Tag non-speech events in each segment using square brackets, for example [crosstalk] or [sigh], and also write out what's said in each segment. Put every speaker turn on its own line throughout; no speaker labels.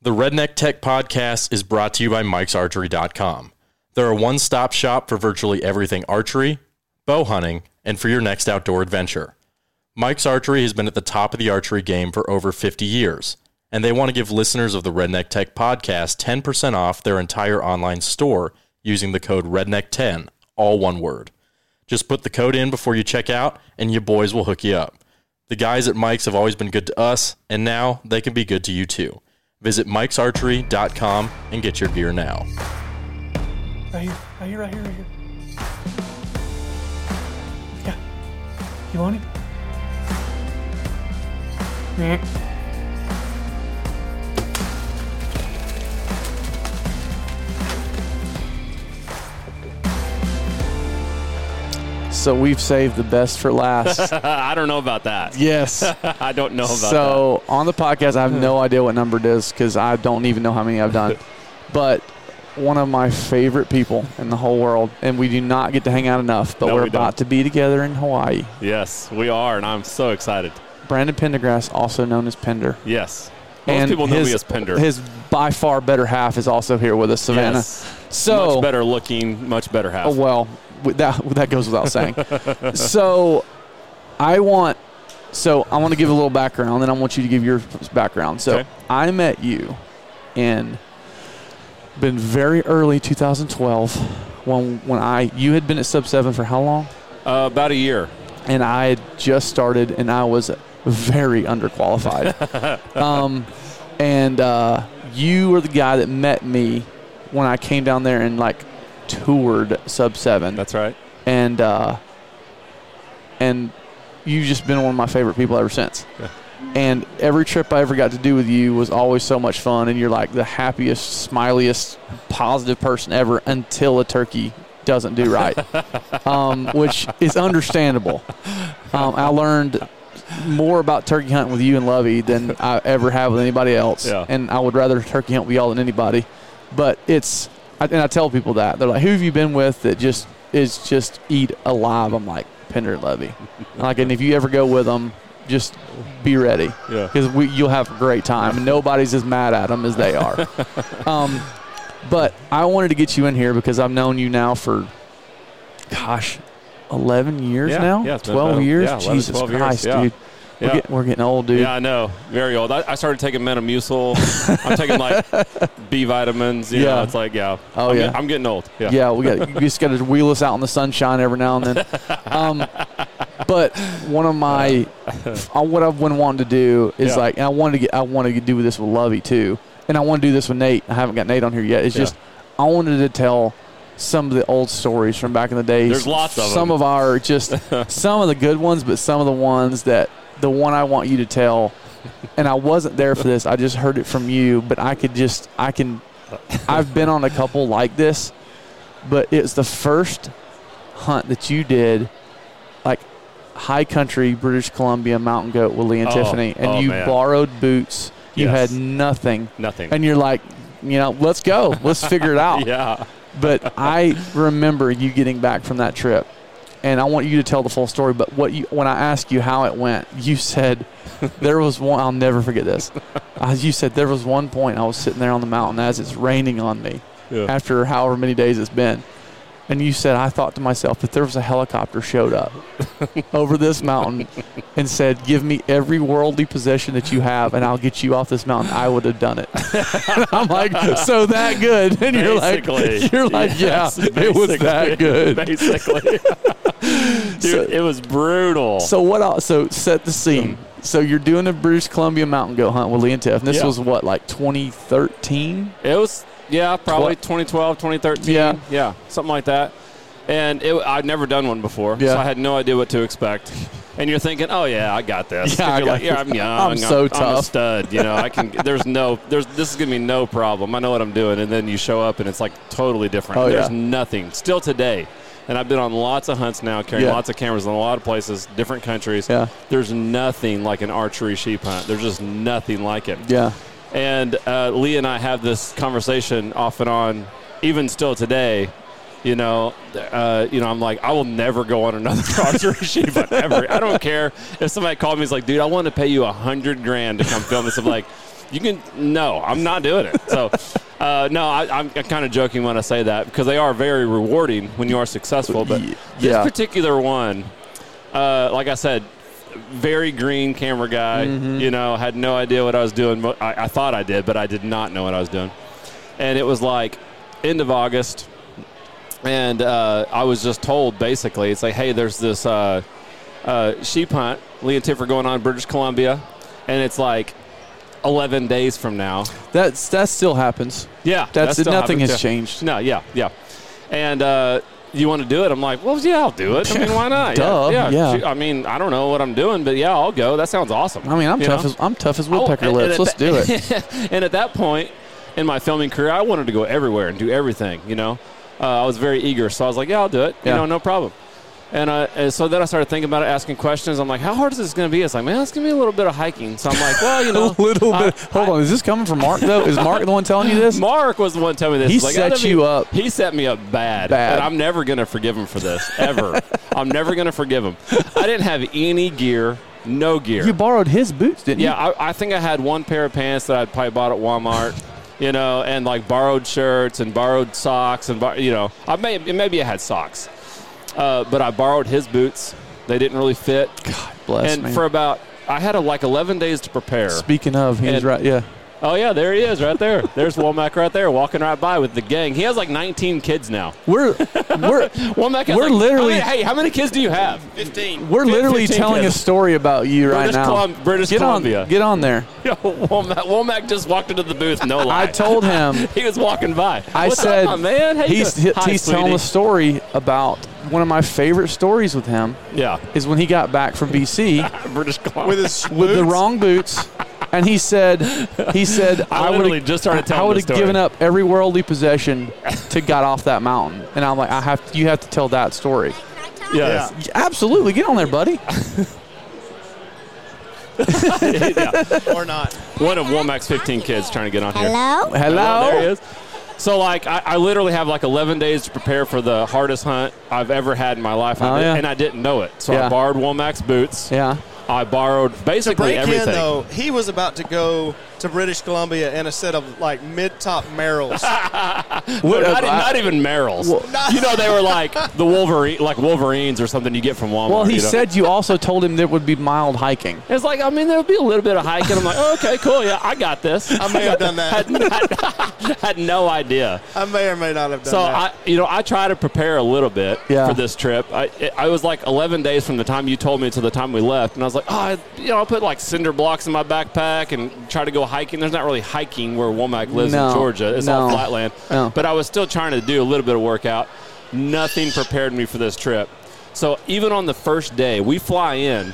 The Redneck Tech Podcast is brought to you by Mike'sArchery.com. They're a one stop shop for virtually everything archery, bow hunting, and for your next outdoor adventure. Mike's Archery has been at the top of the archery game for over 50 years, and they want to give listeners of the Redneck Tech Podcast 10% off their entire online store using the code REDNECK10, all one word. Just put the code in before you check out, and your boys will hook you up. The guys at Mike's have always been good to us, and now they can be good to you too. Visit mikesarchery.com and get your gear now.
Right here, right here, right here, right here. Yeah. You want it? Mm.
So we've saved the best for last.
[laughs] I don't know about that.
yes.
[laughs] I don't know about that.
So on the podcast, I have
[laughs]
no idea what number it is because I don't even know how many I've done. but one of my favorite people in the whole world, and we do not get to hang out enough, but
No,
we're
we don't.
about to be together in Hawaii.
Yes, we are, and I'm so excited.
Brandon Pendergrass, also known as Pender.
Yes. Most
and
people know
his,
me as Pender.
His by far better half is also here with us, Savannah.
Yes.
So
much better looking, much better half.
Oh, well, with that that goes without saying. so, I want so I want to give a little background, and I want you to give your background. So,
Okay.
I met you in been very early 2012 when when I you had been at Sub Seven for how long?
Uh, about a year.
And I had just started, and I was very underqualified. um, and uh, you were the guy that met me when I came down there and like toured Sub Seven
That's right.
and uh, and you've just been one of my favorite people ever since. And every trip I ever got to do with you was always so much fun, and you're like the happiest, smiliest, positive person ever until a turkey doesn't do right, um, which is understandable. Um, I learned more about turkey hunting with you and Lovey than I ever have with anybody else,
Yeah.
and I would rather turkey hunt with y'all than anybody. But it's I- and I tell people that they're like, "Who have you been with that just is just eat alive?" I'm like Pender and Lovey, I'm like, and if you ever go with them, just be ready
Yeah.
because we you'll have a great time.
[laughs]
and Nobody's as mad at them as they are. um, but I wanted to get you in here because I've known you now for, gosh, eleven years
Yeah,
now,
yeah, it's been
twelve
about-
years.
yeah, 11,
Jesus
12 years,
Christ,
yeah.
dude, We're,
Yeah.
get- we're getting old, dude.
Yeah, I know. Very old. I, I started taking Metamucil. I'm taking like
[laughs]
B vitamins. You
Yeah.
Know, it's like, yeah.
Oh,
I'm
yeah.
get- I'm getting old. Yeah.
yeah, we got you just got to wheel us out in the sunshine every now and
[laughs]
then. Um, but one of my uh, what I've been wanting to do is
Yeah.
like, and I wanted to get I wanted to do this with Lovey too, and I want to do this with Nate. I haven't got Nate on here yet. It's
Yeah.
just I wanted to tell some of the old stories from back in the days.
There's lots of
some
them.
of our
[laughs]
just some of the good ones, but some of the ones that the one I want you to tell. And I wasn't there for this. I just heard it from you, but I could just I can I've been on a couple like this but it's the first hunt that you did, like high country British Columbia mountain goat with Lee and
Oh,
Tiffany, and
oh,
you
man.
borrowed boots. You
Yes.
had nothing,
Nothing.
and you're like, you know, let's go, let's
[laughs]
figure it out.
yeah.
But I remember you getting back from that trip, and I want you to tell the full story. But what you, when I asked you how it went, you said there was one. I'll never forget
[laughs]
this. Uh, you said there was one point I was sitting there on the mountain as it's raining on me
Yeah.
after however many days it's been. And you said, I thought to myself that there was a helicopter showed
[laughs]
up over this mountain and said, Give me every worldly possession that you have and I'll get you off this mountain. I would have done it. [laughs] And I'm like, So that good. [laughs] And you're
Basically.
like, [laughs] You're like,
Yes,
Yeah, it was that
basically. [laughs]
good. [laughs]
Basically. Dude,
So-
it was brutal.
So, what else? So, set the scene. So, you're doing a British Columbia mountain goat hunt with Lee and Tiff. And this
Yeah.
was what, like 2013?
It was, yeah, probably
Twe-
2012, 2013.
Yeah.
Yeah, something like that. And it, I'd never done one before,
Yeah.
so I had no idea what to expect. And you're thinking, oh yeah, I got this.
[laughs]
'Cause
Yeah, I
you're
got
like, yeah, I'm
this.
young.
I'm so
I'm a
tough."
stud. You know,
[laughs]
I can. There's no. There's this is gonna be no problem. I know what I'm doing. And then you show up, and it's like totally different.
Oh,
there's
yeah.
nothing. Still today, and I've been on lots of hunts now, carrying
Yeah.
lots of cameras in a lot of places, different countries.
Yeah.
There's nothing like an archery sheep hunt. There's just nothing like it.
Yeah.
And uh, Lee and I have this conversation off and on, even still today. You know, uh, you know, I'm like, I will never go on another [laughs] archery shoot, but ever. I don't care if somebody called me. He's like, dude, I want to pay you a hundred grand to come film this. I'm like, you can no i'm not doing it so uh, no I, i'm kind of joking when i say that because they are very rewarding when you are successful but
Ye-
this
yeah.
particular one uh, like i said very green camera guy you know had no idea what i was doing Mo- I, I thought i did but i did not know what i was doing and it was like end of august and uh, i was just told basically it's like hey there's this uh, uh, sheep hunt lee and tiff are going on in british columbia and it's like 11 days from now.
That's that still happens.
Yeah,
That's
that still
nothing
happens,
has
yeah.
changed.
No, yeah, yeah. And uh, you want to do it? I'm like, well, yeah, I'll do it. I mean,
[laughs]
why not?
Duh,
yeah,
yeah.
shoot, I mean, I don't know what I'm doing, but yeah, I'll go. That sounds awesome.
I mean, I'm
You
tough
know?
as I'm tough as
I-
woodpecker
and- and
lips.
at
Let's
that- [laughs]
do it.
and at that point in my filming career, I wanted to go everywhere and do everything. You know, uh, I was very eager, so I was like, yeah, I'll do it.
Yeah.
You know, no problem. And, uh, and so then I started thinking about it, asking questions. I'm like, how hard is this going to be? It's like, man, it's going to be a little bit of hiking. So I'm like,
[laughs]
well, you know,
a little
I-
bit. Hold on, is this coming from Mark though? Is Mark the one telling you this?
[laughs] Mark was the one telling me this.
He
He's like,
set
"Oh, that'd
you
be-
up.
He set me up bad,
Bad.
and I'm never gonna forgive him for this
[laughs]
ever. I'm never gonna forgive him. I didn't have any gear, no gear.
You borrowed his boots, didn't
yeah, I, I think I had one pair of pants that I probably bought at Walmart, [laughs] you know, and like borrowed shirts and borrowed socks and bor- you know, I may maybe I had socks, uh, but I borrowed his boots. They didn't really fit,
you? God bless
and
man.
for about I had uh, like 11 days to prepare.
Speaking of, he was
And-
right. Yeah,
Oh yeah, there he is, right there. There's Womack right there, walking right by with the gang. He has like 19 kids now.
we're
[laughs]
we're
Womack, has
We're
like- how
literally-
many- hey, how many kids do you have?
15.
we're literally
15
telling
kids.
a story about you right
British
now.
Colum- British
get
Columbia.
on, get on there.
[laughs] Yo, Womack, Womack just walked into the booth. No lie,
I told him.
[laughs] he was walking by.
I
What's
said,
up, my man, How you
he's
doing?
he-
Hi,
he's telling
sweetie.
a story about one of my favorite stories with him
Yeah, [laughs]
is when he got back from BC
British Columbia.
With his
with the
boots?
wrong boots, and he said,
[laughs]
he said,
I,
would've-
literally just started telling.
I would
this
have
story.
given up every worldly possession to got off that mountain. And I'm like, I have you have to tell that story.
Yes.
Yeah.
Absolutely, get on there, buddy.
Or not.
One of Womack's 15 kids trying to get on here.
Hello?
[laughs] Oh, there he
Hello.
is. So like I, I literally have like 11 days to prepare for the hardest hunt I've ever had in my life, and,
Oh,
I, did,
yeah.
and I didn't know it. So
Yeah.
I borrowed Womack's boots.
Yeah.
I borrowed
To
basically
break
everything.
in, though, he was about to go to British Columbia in a set of like mid-top Merrills.
Well,
What-
not,
I-
not even Merrill's. [laughs] you know, they were like the Wolverine, like Wolverines or something you get from Walmart.
Well, he
you know?
said you also told him there would be mild hiking.
It's like, I mean, there'll be a little bit of hiking. I'm like, oh, okay, cool. Yeah, I got this. [laughs]
I may have done that.
had, had, had no idea.
I may or may not have done
So
that.
I, you know, I try to prepare a little bit
Yeah.
for this trip. I, it- I was like 11 days from the time you told me to the time we left, and I was like, oh, I, you know, I put like cinder blocks in my backpack and try to go hiking. There's not really hiking where Womack lives
No.
in Georgia. It's all
No.
flatland.
No.
But I was still trying to do a little bit of workout. Nothing prepared me for this trip. So even on the first day, we fly in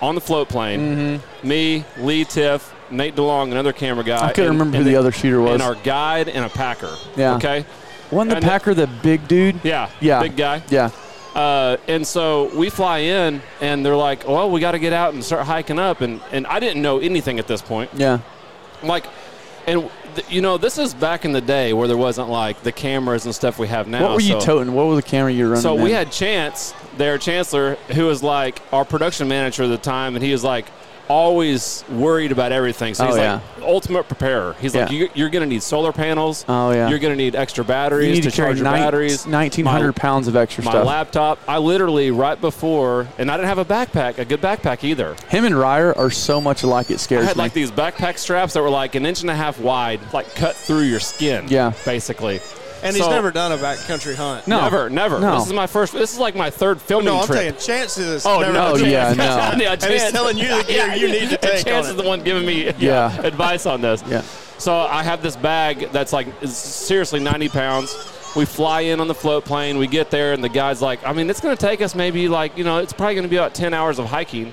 on the float plane. Me, Lee Tiff, Nate DeLong, another camera guy.
Mm-hmm. I couldn't
and-
remember
and
who the other shooter was.
And our guide and a packer.
Yeah.
Okay.
Wasn't the
and it-
Packer the big dude?
Yeah.
Yeah.
Big guy.
Yeah.
Uh, and so we fly in, and they're like, "Well, we got to get out and start hiking up." And and I didn't know anything at this point.
Yeah.
Like, and th- you know, this is back in the day where there wasn't like the cameras and stuff we have now.
What were you
so,
toting? What was the camera you were running?
So we
in?
had Chance, their chancellor, who was like our production manager at the time, and he was like always worried about everything. So
Oh,
he's
yeah.
like ultimate preparer. He's like,
Yeah.
you're, you're going to need solar panels.
Oh, yeah.
You're going to need extra
you
batteries
need to, carry
charge your
nine-
batteries. My-
1,900 pounds of extra
my
stuff.
laptop. I literally right before, and I didn't have a backpack, a good backpack either.
Him and Ryer are so much alike. It
I
scares
had
me.
like these backpack straps that were like an inch and a half wide, like cut through your skin.
Yeah.
basically.
and he's
So-
never done a backcountry hunt.
No.
never, never.
No.
This is my first. This is like my third filming
No, I'm
trip.
saying chances.
Oh
never
no!
Oh,
done
yeah,
Chance. [laughs]
no.
Yeah,
And he's
Chance-
telling you the gear you need
and
to take on
Chance
it.
is the one giving me yeah,
Yeah.
advice on this.
Yeah.
So I have this bag that's like is seriously 90 pounds. We fly in on the float plane. We get there, and the guy's like, I mean, it's going to take us maybe like you know, it's probably going to be about 10 hours
[laughs]
of hiking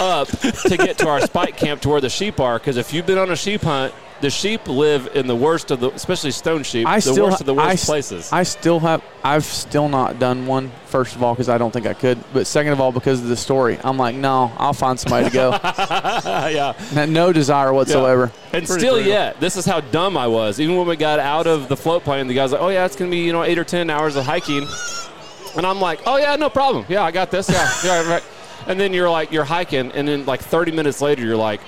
up to get to our spike camp to where the sheep are. Because if you've been on a sheep hunt. The sheep live in the worst of the, especially stone sheep,
I
the
still
worst of the worst
I s-
places.
I still have. I've still not done one. First of all, because I don't think I could. But second of all, because of the story, I'm like, no, I'll find somebody to
[laughs]
go.
yeah.
No- no desire whatsoever.
Yeah. And still yet, this is how dumb I was. Even when we got out of the float plane, the guy's like, "Oh yeah, it's gonna be you know eight or ten hours of hiking," and I'm like, "Oh yeah, no problem. Yeah, I got this. Yeah, yeah, right." And then you're like, [gasps] you're hiking, and then like 30 minutes later, you're like,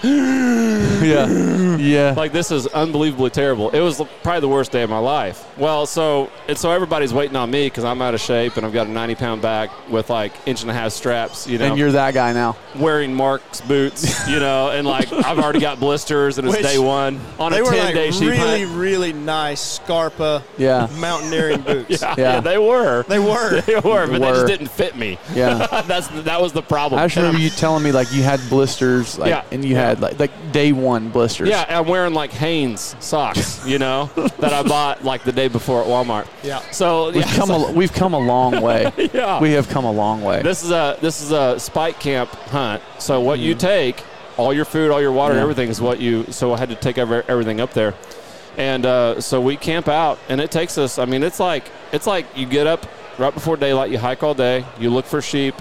yeah, yeah.
Like this is unbelievably terrible. It was probably the worst day of my life. Well, so and so everybody's waiting on me because I'm out of shape and I've got a 90 pound back with like inch and a half straps. You know,
and you're that guy now.
wearing Mark's boots. You know, and like I've already got blisters and it's
Which
day one on a
They
10
were like
day sheep
really, [laughs]
hunt.
really nice Scarpa
Yeah.
[laughs]
mountaineering boots.
Yeah,
Yeah.
they were.
They were.
[laughs] They were, but they
Were.
just didn't fit me.
Yeah.
[laughs] That's that was the problem.
I just
And I'm-
remember you telling me like you had blisters, like,
Yeah.
and you had like like day one blisters.
Yeah, and I'm wearing like Hanes socks, you know, that I bought like the day before at Walmart.
Yeah.
So
we've
yeah,
come
so-
a, we've come a long way.
[laughs] yeah.
We have come a long way.
this is a this is a spike camp hunt. So what you take, all your food, all your water,
Mm. Yeah.
everything is what you. So I had to take ever, everything up there, and uh, so we camp out, and it takes us. I mean, it's like it's like you get up right before daylight, you hike all day, you look for sheep.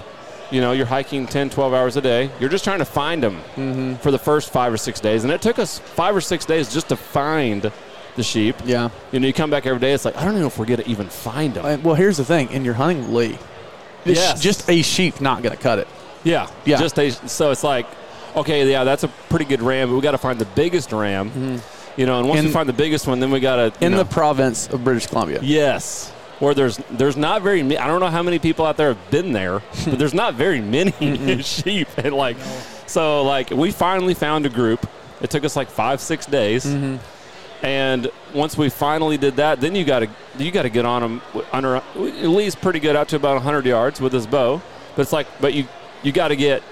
You know, you're hiking 10, 12 hours a day. You're just trying to find them
Mm-hmm.
for the first five or six days. And it took us five or six days just to find the sheep.
yeah.
You know, you come back every day, it's like, I don't know if we're going to even find them.
And- Uh, well, here's the thing: in your hunting league, it's
Yes.
just a sheep not going to cut it.
Yeah,
Yeah.
Just a, so it's like, okay, yeah, that's a pretty good ram, but we got to find the biggest ram, you know. And once we
Mm-hmm. In-
find the biggest one, then we got to
In the province of British Columbia,
yes, where there's there's not very many. I don't know how many people out there have been
[laughs]
there, but there's not very many [laughs] sheep. And like, so like we finally found a group. It took us like five six days.
Mm-hmm.
And once we finally did that, then you got to you got to get on him under at least pretty good out to about 100 yards with his bow. But it's like, but you you got to get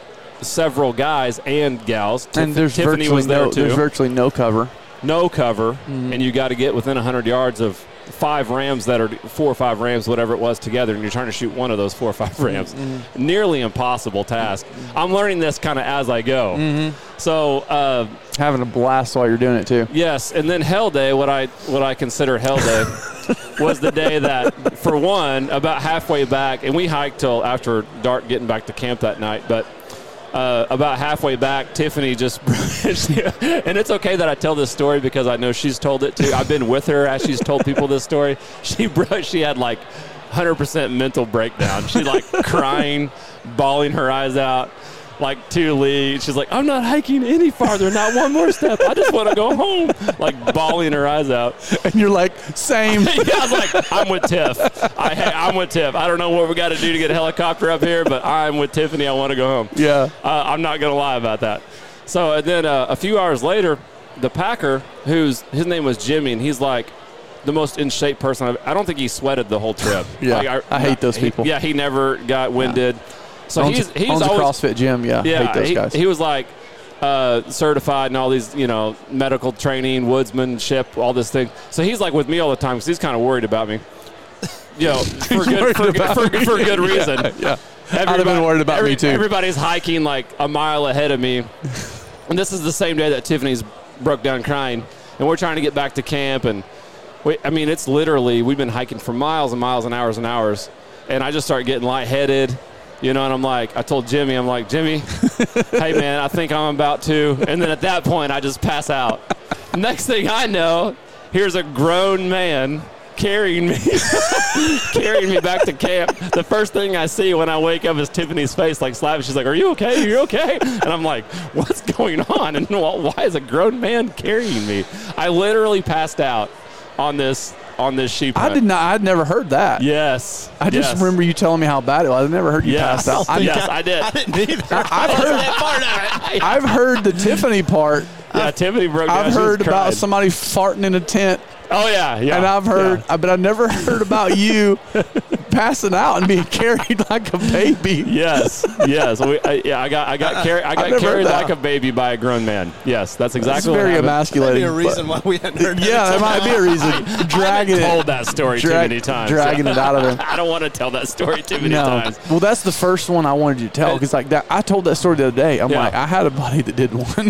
several guys and gals. Tif-
and there's
Tiffany
virtually
was there
no
too.
there's virtually no cover.
no cover, and you got to get within 100 yards of five rams that are four or five rams, whatever it was, together, and you're trying to shoot one of those four or five rams. Nearly impossible task. I'm learning this kind of as I go. So. Uh,
Having a blast while you're doing it too.
Yes, and then Hell Day, what I what I consider Hell Day, was the day that, for one, about halfway back, and we hiked till after dark, getting back to camp that night. But uh, about halfway back, Tiffany just, [laughs] and it's okay that I tell this story because I know she's told it too. I've been with her as she's told people this story. She bro, she had like. 100% mental breakdown. She like crying, bawling her eyes out, like to Lee. She's like, I'm not hiking any farther, not one more step. I just want to go home. Like bawling her eyes out. [laughs]
And you're like, same.
Yeah, I'm like, I'm with Tiff. I, hey, I'm with Tiff. I don't know what we got to do to get a helicopter up here, but I'm with Tiffany. I want to go home.
yeah.
Uh, I'm not going to lie about that. So and then uh, a few hours later, the Packer, who's his name was Jimmy, and he's like the most in shape person. I've, I don't think he sweated the whole trip.
Yeah,
Like,
I hate those
he-
people.
yeah, he never got winded. So
owns,
he's he's
owns a
always
CrossFit gym. Yeah.
yeah,
hate those
he,
guys.
he was like uh, certified and all these, you know, medical training, woodsmanship, all this thing. So he's like with me all the time because he's kind of worried about me.
[laughs]
You know, for good, for, good- for, for good reason.
yeah. [laughs] I'd have been worried about me too.
Everybody's hiking like a mile ahead of me, and this is the same day that Tiffany's broke down crying, and we're trying to get back to camp, and we, I mean, it's literally we've been hiking for miles and miles and hours and hours, and I just start getting lightheaded, you know, and I'm like, I told Jimmy, I'm like, Jimmy, hey man, I think I'm about to, and then at that point I just pass out. Next thing I know, here's a grown man carrying me [laughs] carrying me back to camp. The first thing I see when I wake up is Tiffany's face like slapped. She's like, "Are you okay? Are you okay?" And I'm like, "What's going on? And wh- why is a grown man carrying me?" I literally passed out on this on this sheep.
I
hunt.
did not. I'd never heard that.
Yes,
I just
yes.
remember you telling me how bad it was. I've never heard you
Yes,
pass out. I,
yes, I did.
I didn't either.
I've heard. I've heard the Tiffany part.
yeah, Tiffany broke down.
I've
She was
heard
crying.
about somebody farting in a tent,
Oh yeah, yeah.
and I've heard, uh,
yeah.
but I never [laughs] heard about you passing out and being carried [laughs] like a baby.
Yes, yes. We, I, yeah, I got, I got carried, I
I've
got
never heard
carried
that.
like a baby by a grown man. Yes, that's exactly.
That's
what
very
happened.
emasculating.
That'd be a
but-
reason why we hadn't heard
yeah,
that.
there might be a reason. Dragging
Told
it,
that story
drag-
too many times.
dragging it out of him.
[laughs] I don't want to tell that story too many
No,
times.
well, that's the first one I wanted you to tell because, like that, I told that story the other day. I'm
Yeah.
like, I had a buddy that did
[laughs]
one [laughs]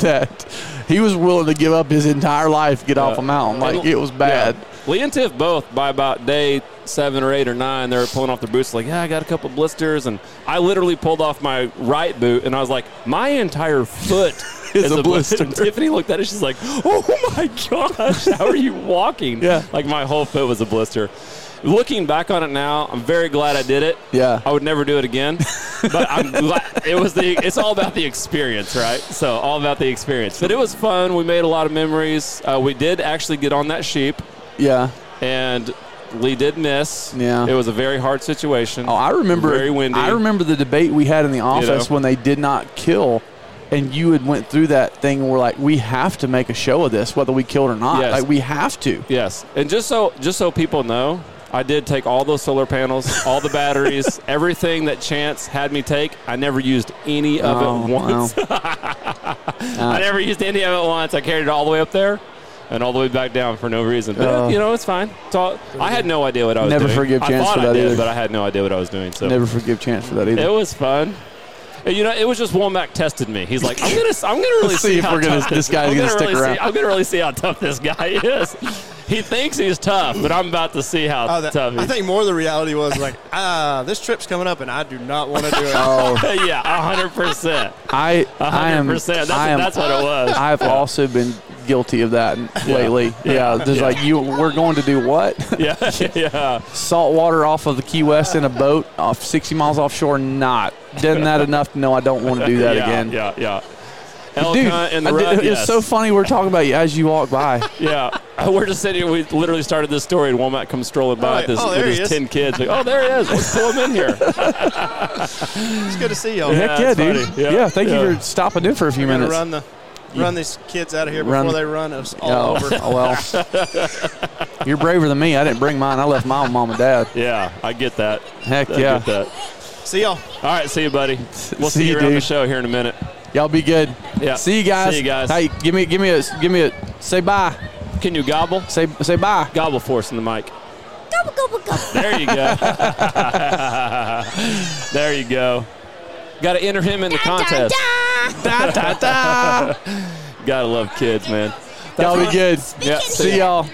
that he was willing to give up his entire life, to get off a mountain, like
And-
it was bad.
Yeah. Lee and Tiff both by about day seven or eight or nine, they were pulling off their boots. Like, yeah, I got a couple blisters, and I literally pulled off my right boot, and I was like, my
[laughs]
entire foot is,
a
a blister.
blister.
And Tiffany looked at it, she's like, oh my gosh, how are you walking?
Yeah.
like my whole foot was a blister. Looking back on it now, I'm very glad I did it.
Yeah.
I would never do it again. but
[laughs]
I'm glad it was the. It's all about the experience, right? So all about the experience. But it was fun. We made a lot of memories. Uh, we did actually get on that sheep,
Yeah.
and Lee did miss.
Yeah.
It was a very hard situation.
Oh, I remember.
Very windy.
I remember the debate we had in the office
know?
when they did not kill, and you had went through that thing. and We're like, we have to make a show of this, whether we killed or not.
Yes.
Like we have to.
Yes, and just so just so people know, I did take all those solar panels, all
[laughs]
the batteries, everything that Chance had me take. I never used any of
Oh,
it once.
wow.
I never used any of it once. I carried it all the way up there and all the way back down for no reason. But
Oh.
you know, it's fine. It's all, I had no idea what I was
Never
doing.
forgive
I
Chance
thought
for
I
that
did,
either.
but I had no idea what I was doing. So
Never forgive chance for that either.
it was fun. And, you know, it was just Womack tested me. He's like, I'm gonna, I'm gonna really
Let's [laughs] see if
how
we're gonna-
tough
this guy's
I'm
gonna stick
really
around.
See, I'm gonna really see how tough this guy [laughs] is. he thinks he's tough, but I'm about to see how
[laughs] Oh, that-
tough. He
I think more of the reality was like, ah, this trip's coming up, and I do not want to
[laughs]
do
[laughs]
it.
yeah, hundred percent,
I, I am.
hundred percent.
I am.
That's what it was.
I've also been guilty of that lately. Yeah, there's like you. We're going to do what? [laughs]
[laughs] Yeah, yeah.
Salt water off of the Key West in a boat off 60 miles offshore. Not. Doesn't that enough? No, I don't want to do that
yeah,
again.
Yeah, yeah. Elk
Dude,
hunt and the
I did-
rut,
it's
yes.
so funny. We're talking about you as you walk
[laughs]
by.
yeah. We're just sitting here. We literally started this story, and Womack comes strolling by
Oh,
with his,
oh, there
with
he
his
is.
ten kids. Like, oh, there he is. Let's pull him in
[laughs]
here.
It's good to see y'all.
Heck yeah,
it's
dude.
funny.
Yeah,
Yeah,
thank
yeah.
you for stopping in for a few
We're gonna
minutes.
run the run these kids out of here
Run-
before they run us all
oh,
over.
[laughs] oh, well.
[laughs]
You're braver than me. I didn't bring mine. I left mine with mom and dad.
Yeah, I get that.
Heck
I
yeah.
get that.
See y'all.
All right, see you, buddy. We'll see,
See you,
you around the
dude.
show here in a minute.
Y'all be good.
Yeah.
See you guys.
See you guys.
Hey, give me, give me a, give me a, say bye.
Can you gobble?
Say, say
[laughs]
bye.
Gobble force in the mic. There you go. [laughs] there you go. Got to enter him in the contest.
Da, da, da.
Gotta love kids, man.
Y'all be good.
Yeah,
See y'all.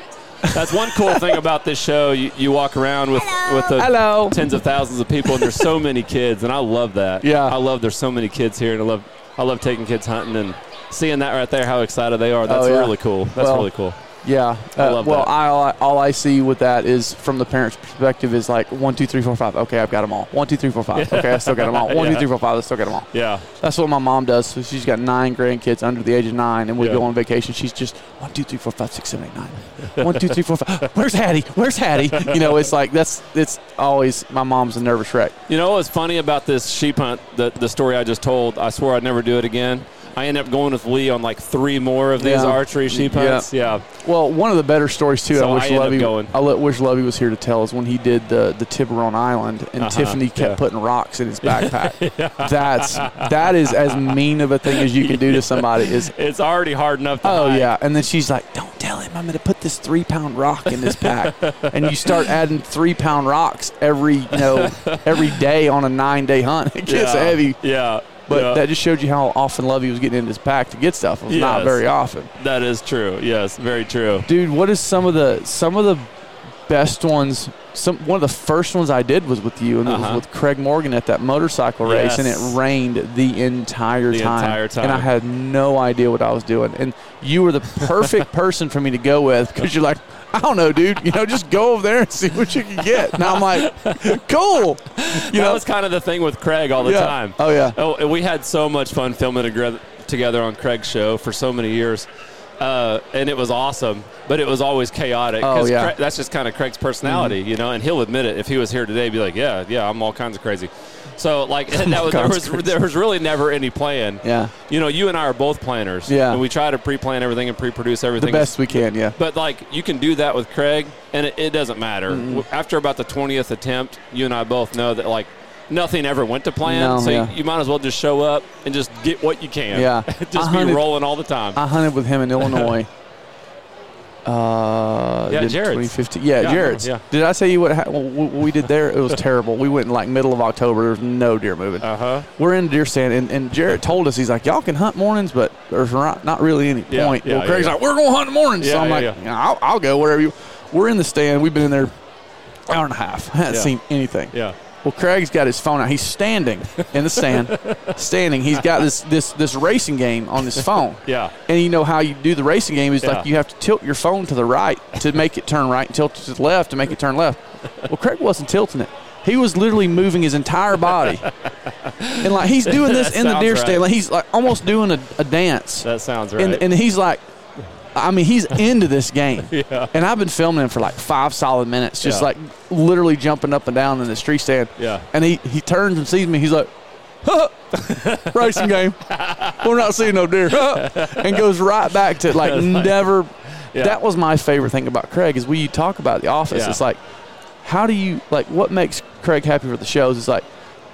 That's one cool thing about this show. You, you walk around with with the
Hello.
tens of thousands of people, and there's
[laughs]
so many kids, and I love that.
Yeah.
I love there's so many kids here, and I love I love taking kids hunting and seeing that right there, how excited they are. That's
Oh, yeah.
really cool. That's
Well,
really cool.
Yeah.
I
Uh,
love
well,
that.
I all, I all I see with that is from the parents' perspective is like one, two, three, four, five. Okay, I've got them all. One, two, three, four, five. Okay, I still got them
[laughs]
all. One, two,
Yeah.
three, four, five. I still got them all.
Yeah,
That's what my mom does. So she's got nine grandkids under the age of nine, and we
Yeah.
go on vacation. She's just one, two, three, four, five, six, seven, eight, nine. One, two, three, four, five. Where's Hattie? Where's Hattie? You know, it's like that's it's always my mom's a nervous wreck.
you know what's funny about this sheep hunt? The the story I just told. I swore I'd never do it again. I end up going with Lee on like three more of these
Yeah.
archery sheep
Yeah.
hunts. Yeah,
Well, one of the better stories too.
So
I wish
I end up
Lovey,
going.
I lo- wish Lovey was here to tell is when he did the the Tiburon Island and
Uh-huh,
Tiffany kept
[laughs] yeah.
putting rocks in his backpack. That's that is as mean of a thing as you can do to somebody.
[laughs]
Is
it's already hard enough. To
oh
hide.
yeah, and then she's like, "Don't tell him I'm going to put this three pound rock in this pack," and you
[laughs]
start adding three pound rocks every you know every day on a nine day hunt. It gets
Yeah.
heavy.
Yeah,
But
yeah.
that just showed you how often Lovey was getting in his pack to get stuff. It was not
Yes.
very often.
that is true. Yes, very true.
dude what is some of the some of the best ones some one of the first ones i did was with you and it
Uh-huh.
was with craig morgan at that motorcycle race and
Yes.
it rained the entire
The
time
entire time.
and i had no idea what i was doing and you were the
[laughs]
perfect person for me to go with because you're like I don't know, dude. You know, just go over there and see what you can get. And I'm like,
[laughs]
cool. You
that
know,
was kind of the thing with Craig all the
Yeah.
time.
Oh, yeah.
Oh, and we had so much fun filming together- together on Craig's show for so many years. Uh, and it was awesome, but it was always chaotic. 'cause
Oh, yeah. Mm-hmm.
Craig- that's just kind of Craig's personality, you know. And he'll admit it if he was here today, he'd be like, "Yeah, yeah, I'm all kinds of crazy." So
[laughs]
like that was, there
kinds
was
of crazy.
there was really never any plan.
Yeah.
you know, you and I are both planners.
Yeah.
and we try to pre-plan everything and pre-produce everything.
the best we can. Yeah,
But like you can do that with Craig, and it, it doesn't matter.
Mm-hmm.
W After about the twentieth attempt, you and I both know that like nothing ever went to plan.
No,
so
yeah.
you, you might as well just show up and just get what you can.
Yeah.
[laughs] just
I hunted-
be rolling all the time.
I hunted with him
[laughs]
in Illinois. Uh,
Yeah,
did
Jared's.
2015. Yeah,
Yeah, I
Jared's.
remember,
Did I tell you what, ha- what we did there? It
[laughs]
was terrible. We went in like middle of October. There was no deer moving.
Uh huh.
We're in deer stand, and, and Jared told us he's like, y'all can hunt mornings, but there's not, not really any
Yeah,
point.
yeah,
well, Craig's
yeah.
like, we're gonna hunt mornings. so
Yeah,
I'm
yeah,
like,
yeah.
"Nah, I'll, I'll go wherever you. We're in the stand. We've been in there hour and a half. [laughs] I hadn't
Yeah.
seen anything.
Yeah.
Well, Craig's got his phone out. He's standing in the
[laughs]
sand, standing. He's got this this this racing game on his phone.
Yeah.
And you know how you do the racing game is
Yeah.
like you have to tilt your phone to the right to make it turn right, and tilt it to the left to make it turn left. Well, Craig wasn't tilting it. He was literally moving his entire body, and like he's doing this
That
in the
sounds
deer
right.
stand. Like he's like almost doing a, a dance,
That sounds right.
and and he's like. I mean, he's into this
[laughs]
game, and I've been filming him for like five solid minutes, just
Yeah.
like literally jumping up and down in this tree stand.
Yeah.
and he he turns and sees me. He's like, [laughs] "Racing game, we're not seeing no deer," and goes right back to like never.
Yeah.
That was my favorite thing about Craig is we talk about the office.
Yeah.
It's like, how do you like what makes Craig happy for the shows? Is like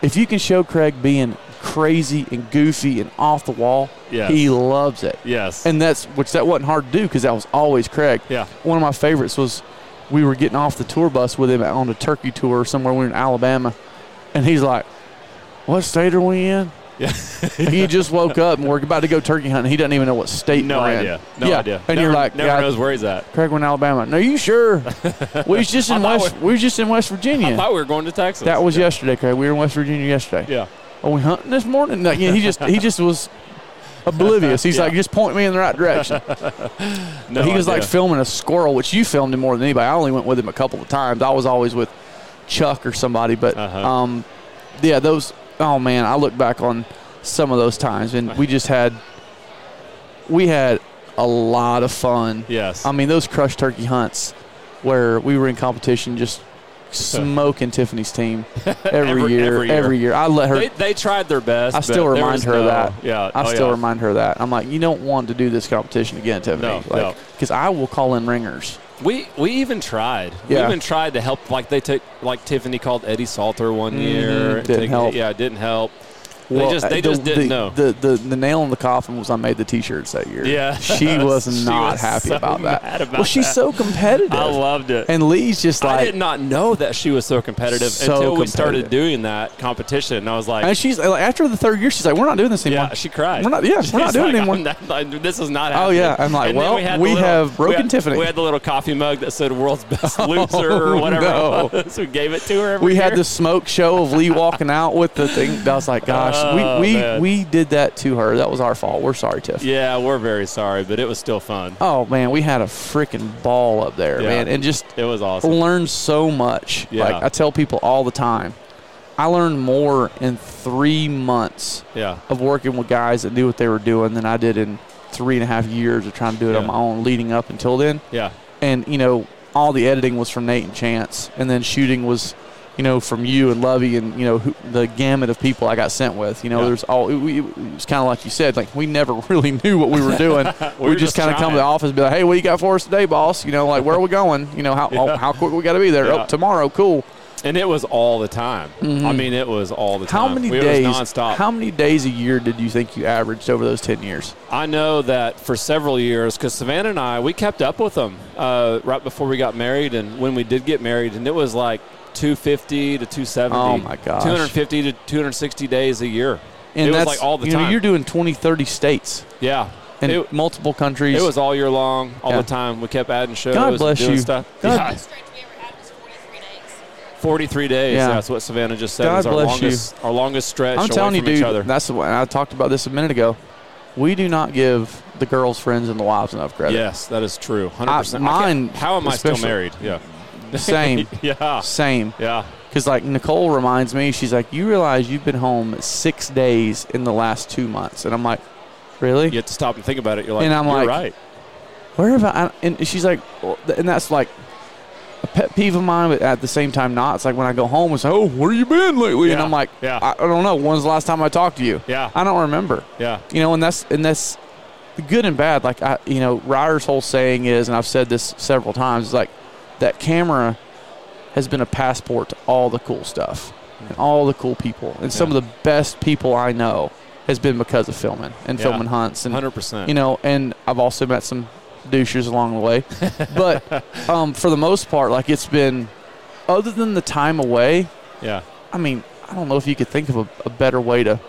if you can show Craig being crazy and goofy and off the wall,
Yes.
he loves it.
yes.
And that's which that wasn't hard to do because that was always Craig.
Yeah.
One of my favorites was we were getting off the tour bus with him on a turkey tour somewhere. We were in Alabama, and he's like, "What state are we in?"
Yeah.
he just woke up and we're about to go turkey hunting. He doesn't even know what state.
no
we're in.
idea. No
yeah.
idea.
And
never,
you're like,
never
"God,
knows where he's at.
Craig, we're in Alabama. No, you
[laughs]
sure? we was just in
thought
West. We was just in West
I
Virginia.
thought we were going to Texas.
That was yesterday, Craig. We were in West Virginia yesterday
yeah.
are we hunting this morning? Like, yeah, he just he just
[laughs]
was oblivious. He's
Yeah.
like, just point me in the right direction.
No
he was like
idea.
filming a squirrel, which you filmed him more than anybody. I only went with him a couple of times. I was always with Chuck or somebody, but
Uh-huh.
um, yeah, those. Oh man, I look back on some of those times, and we just had we had a lot of fun.
Yes.
I mean, those crushed turkey hunts where we were in competition,
[laughs]
just smoking Tiffany's team every,
Every-
year,
every year.
Every year, I let her.
they, they tried their best.
I
but
still
there
remind
was
her
no-
of that.
Yeah.
I
oh,
still
yeah.
remind her of that. I'm like, you don't want to do this competition again, Tiffany.
No,
like,
no.
Because I will call in ringers.
We we even tried. We
Yeah.
even tried to help. Like they took like Tiffany called Eddie Salter one year.
Mhm. Didn't
Take-
help.
Yeah, it didn't help.
Well,
they just
uh,
they
the-
just didn't
the,
know.
The, the the nail in the coffin was I made the t-shirts that year.
Yeah. [laughs]
she was
She
not
was
happy
so
about that.
mad about
well, she's
that.
so competitive.
I loved it.
and Lee's just
I
like,
did not know that she was so competitive
So
until we started
competitive.
doing that competition. And I was like,
and she's uh, like, after the third year, she's like, we're not doing this anymore.
yeah, she cried.
We're not- yeah, we're
[laughs] She's
not doing
like,
it anymore.
"I'm not- like, this is not
Oh,
happening.
yeah. I'm like,
And then
well,
had the
we have broken
we had-
Tiffany.
We had the little coffee mug that said "World's Best Loser"
[laughs]
or
Oh,
whatever.
no.
It was. We gave it to her. Every
we
year.
had the smoke show of Lee walking out with the thing. I was like, gosh,
Oh,
we we,
man.
we did that to her. That was our fault. We're sorry, Tiff.
Yeah, we're very sorry, but it was still fun.
Oh man, we had a freaking ball up there,
Yeah.
man, and just
It was awesome.
learned so much.
Yeah.
Like I tell people all the time, I learned more in three months
Yeah.
of working with guys that knew what they were doing than I did in three and a half years of trying to do it
Yeah.
on my own leading up until then.
Yeah.
And you know, all the editing was from Nate and Chance, and then shooting was. You know, from you and Lovey, and you know who, the gamut of people I got sent with. You know,
Yeah.
there's all. It, we- it was kind of like you said, like we never [laughs] really knew what we
[laughs]
were doing. we
were
just
just
kind of come
trying.
to the office and be like, "Hey, what you got for us today, boss? You know, like where are we going? You know,
[laughs]
how oh, how quick we got to be there?
Yeah.
Oh, tomorrow, cool.
And it was all the time. I mean, it was all the
Mm-hmm. How
time.
many
it
days?
was nonstop.
How many days a year did you think you averaged over those ten years?
I know that for several years, because Savannah and I, we kept up with them uh, right before we got married, and when we did get married, and it was like 250 to 270.
Oh, my gosh.
250 to 260 days a year.
And
it was
that's
like all the
you
time.
Know, you're doing 20, 30 states
yeah,
and
it,
multiple countries.
it was all year long, all
Yeah.
the time. We kept adding shows.
God
and
bless
doing
you.
Stuff.
God-
Yeah,
longest stretch we ever had was
43
43 days.
days.
Yeah.
That's what Savannah just said.
God
was our
bless
longest, Our longest stretch
I'm
away
telling you,
from each other.
dude. That's the one. I talked about this a minute ago. We do not give the girls' friends and the wives enough credit.
yes, that is true. 100. percent
mine
How am I still
especially-
married? Yeah.
[laughs]
[laughs]
Same,
Yeah.
same.
Yeah.
Because like Nicole reminds me, she's like, "You realize you've been home six days in the last two months," and I'm like, "Really?"
You have to stop and think about it. You're like,
And I'm
you're
like,
right.
where have I? And she's like, well, th- and that's like a pet peeve of mine, but at the same time, not. It's like when I go home, it's like, oh, where you been lately? And
Yeah,
I'm like,
yeah.
I, I don't know. When's the last time I talked to you?
Yeah.
I don't remember.
Yeah.
You know, and that's and that's good and bad. Like I, you know, Ryder's whole saying is, and I've said this several times, is like that camera has been a passport to all the cool stuff and all the cool people and some of the best people I know has been because of filming and
Yeah.
filming hunts and
Hundred percent.
you know, and I've also met some douchers along the way.
[laughs]
But um, for the most part, like it's been, other than the time away,
yeah,
I mean, I don't know if you could think of a, a better way to,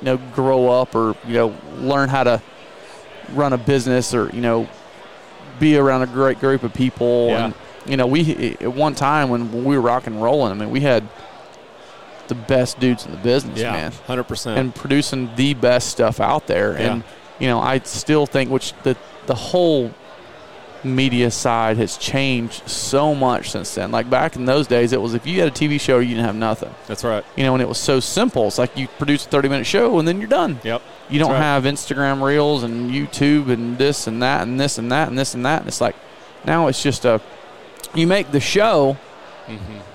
you know, grow up or, you know, learn how to run a business or, you know, be around a great group of people.
Yeah.
And, you know, we, at one time when we were rock and rolling, I mean, we had the best dudes in the business,
yeah,
man,
hundred percent.
and producing the best stuff out there. And you know, I still think which the the whole media side has changed so much since then. Like back in those days, it was if you had a TV show, you didn't have nothing.
That's right.
You know, and it was so simple. It's like you produce a thirty minute show and then you're done.
Yep.
You don't
That's right.
have Instagram reels and YouTube and this and that and this and that and this and that. And it's like now it's just a you make the show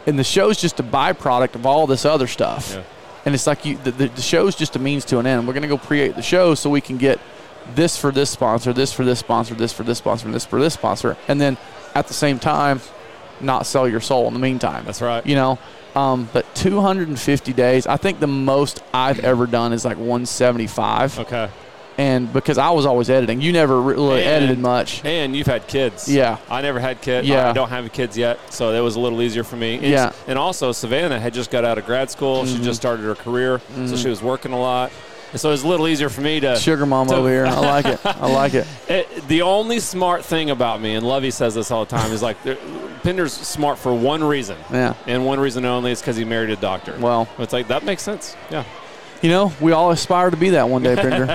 and the show's just a byproduct of all this other stuff.
Mm-hmm. Yeah.
And it's like you, the, the, the show's just a means to an end. We're going to go create the show so we can get this for this sponsor, this for this sponsor, this for this sponsor, this for this sponsor. And then at the same time, not sell your soul in the meantime.
That's right.
You know, um, but 250 days, I think the most I've ever done is like 175.
Okay.
And because I was always editing, you never really
And-
edited much.
And you've had kids.
Yeah.
I never had kids.
Yeah.
I don't have kids yet, so that was a little easier for me. And-
Yeah. Mm-hmm.
And also, Savannah had just got out of grad school. She just started her career, so she was working a lot. And so it was a little easier for me to.
Sugar mom
So-
over here. I like it. I like it.
It, Eh, the only smart thing about me, and Lovey says this all the time, is like there- Pender's smart for one reason.
Yeah.
And one reason only is because he married a doctor.
Well.
it's like that makes sense. Yeah.
You know, we all aspire to be that one day,
[laughs]
Pender.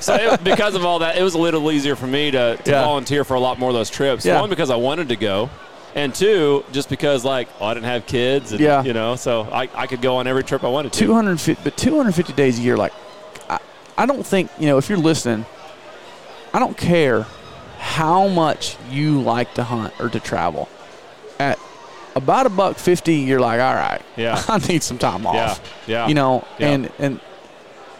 so it, because of all that, it was a little easier for me to, to
Yeah.
volunteer for a lot more of those trips.
Yeah.
One because I wanted to go, and two just because like oh, I didn't have kids. And,
Yeah.
you know, so I, I could go on every trip I wanted to.
250 but 250 days a year like I, I don't think you know if you're listening i don't care how much you like to hunt or to travel at about a buck 50 you're like all right [laughs]
Yeah.
i need some time off
Yeah, yeah,
you know
yeah.
and and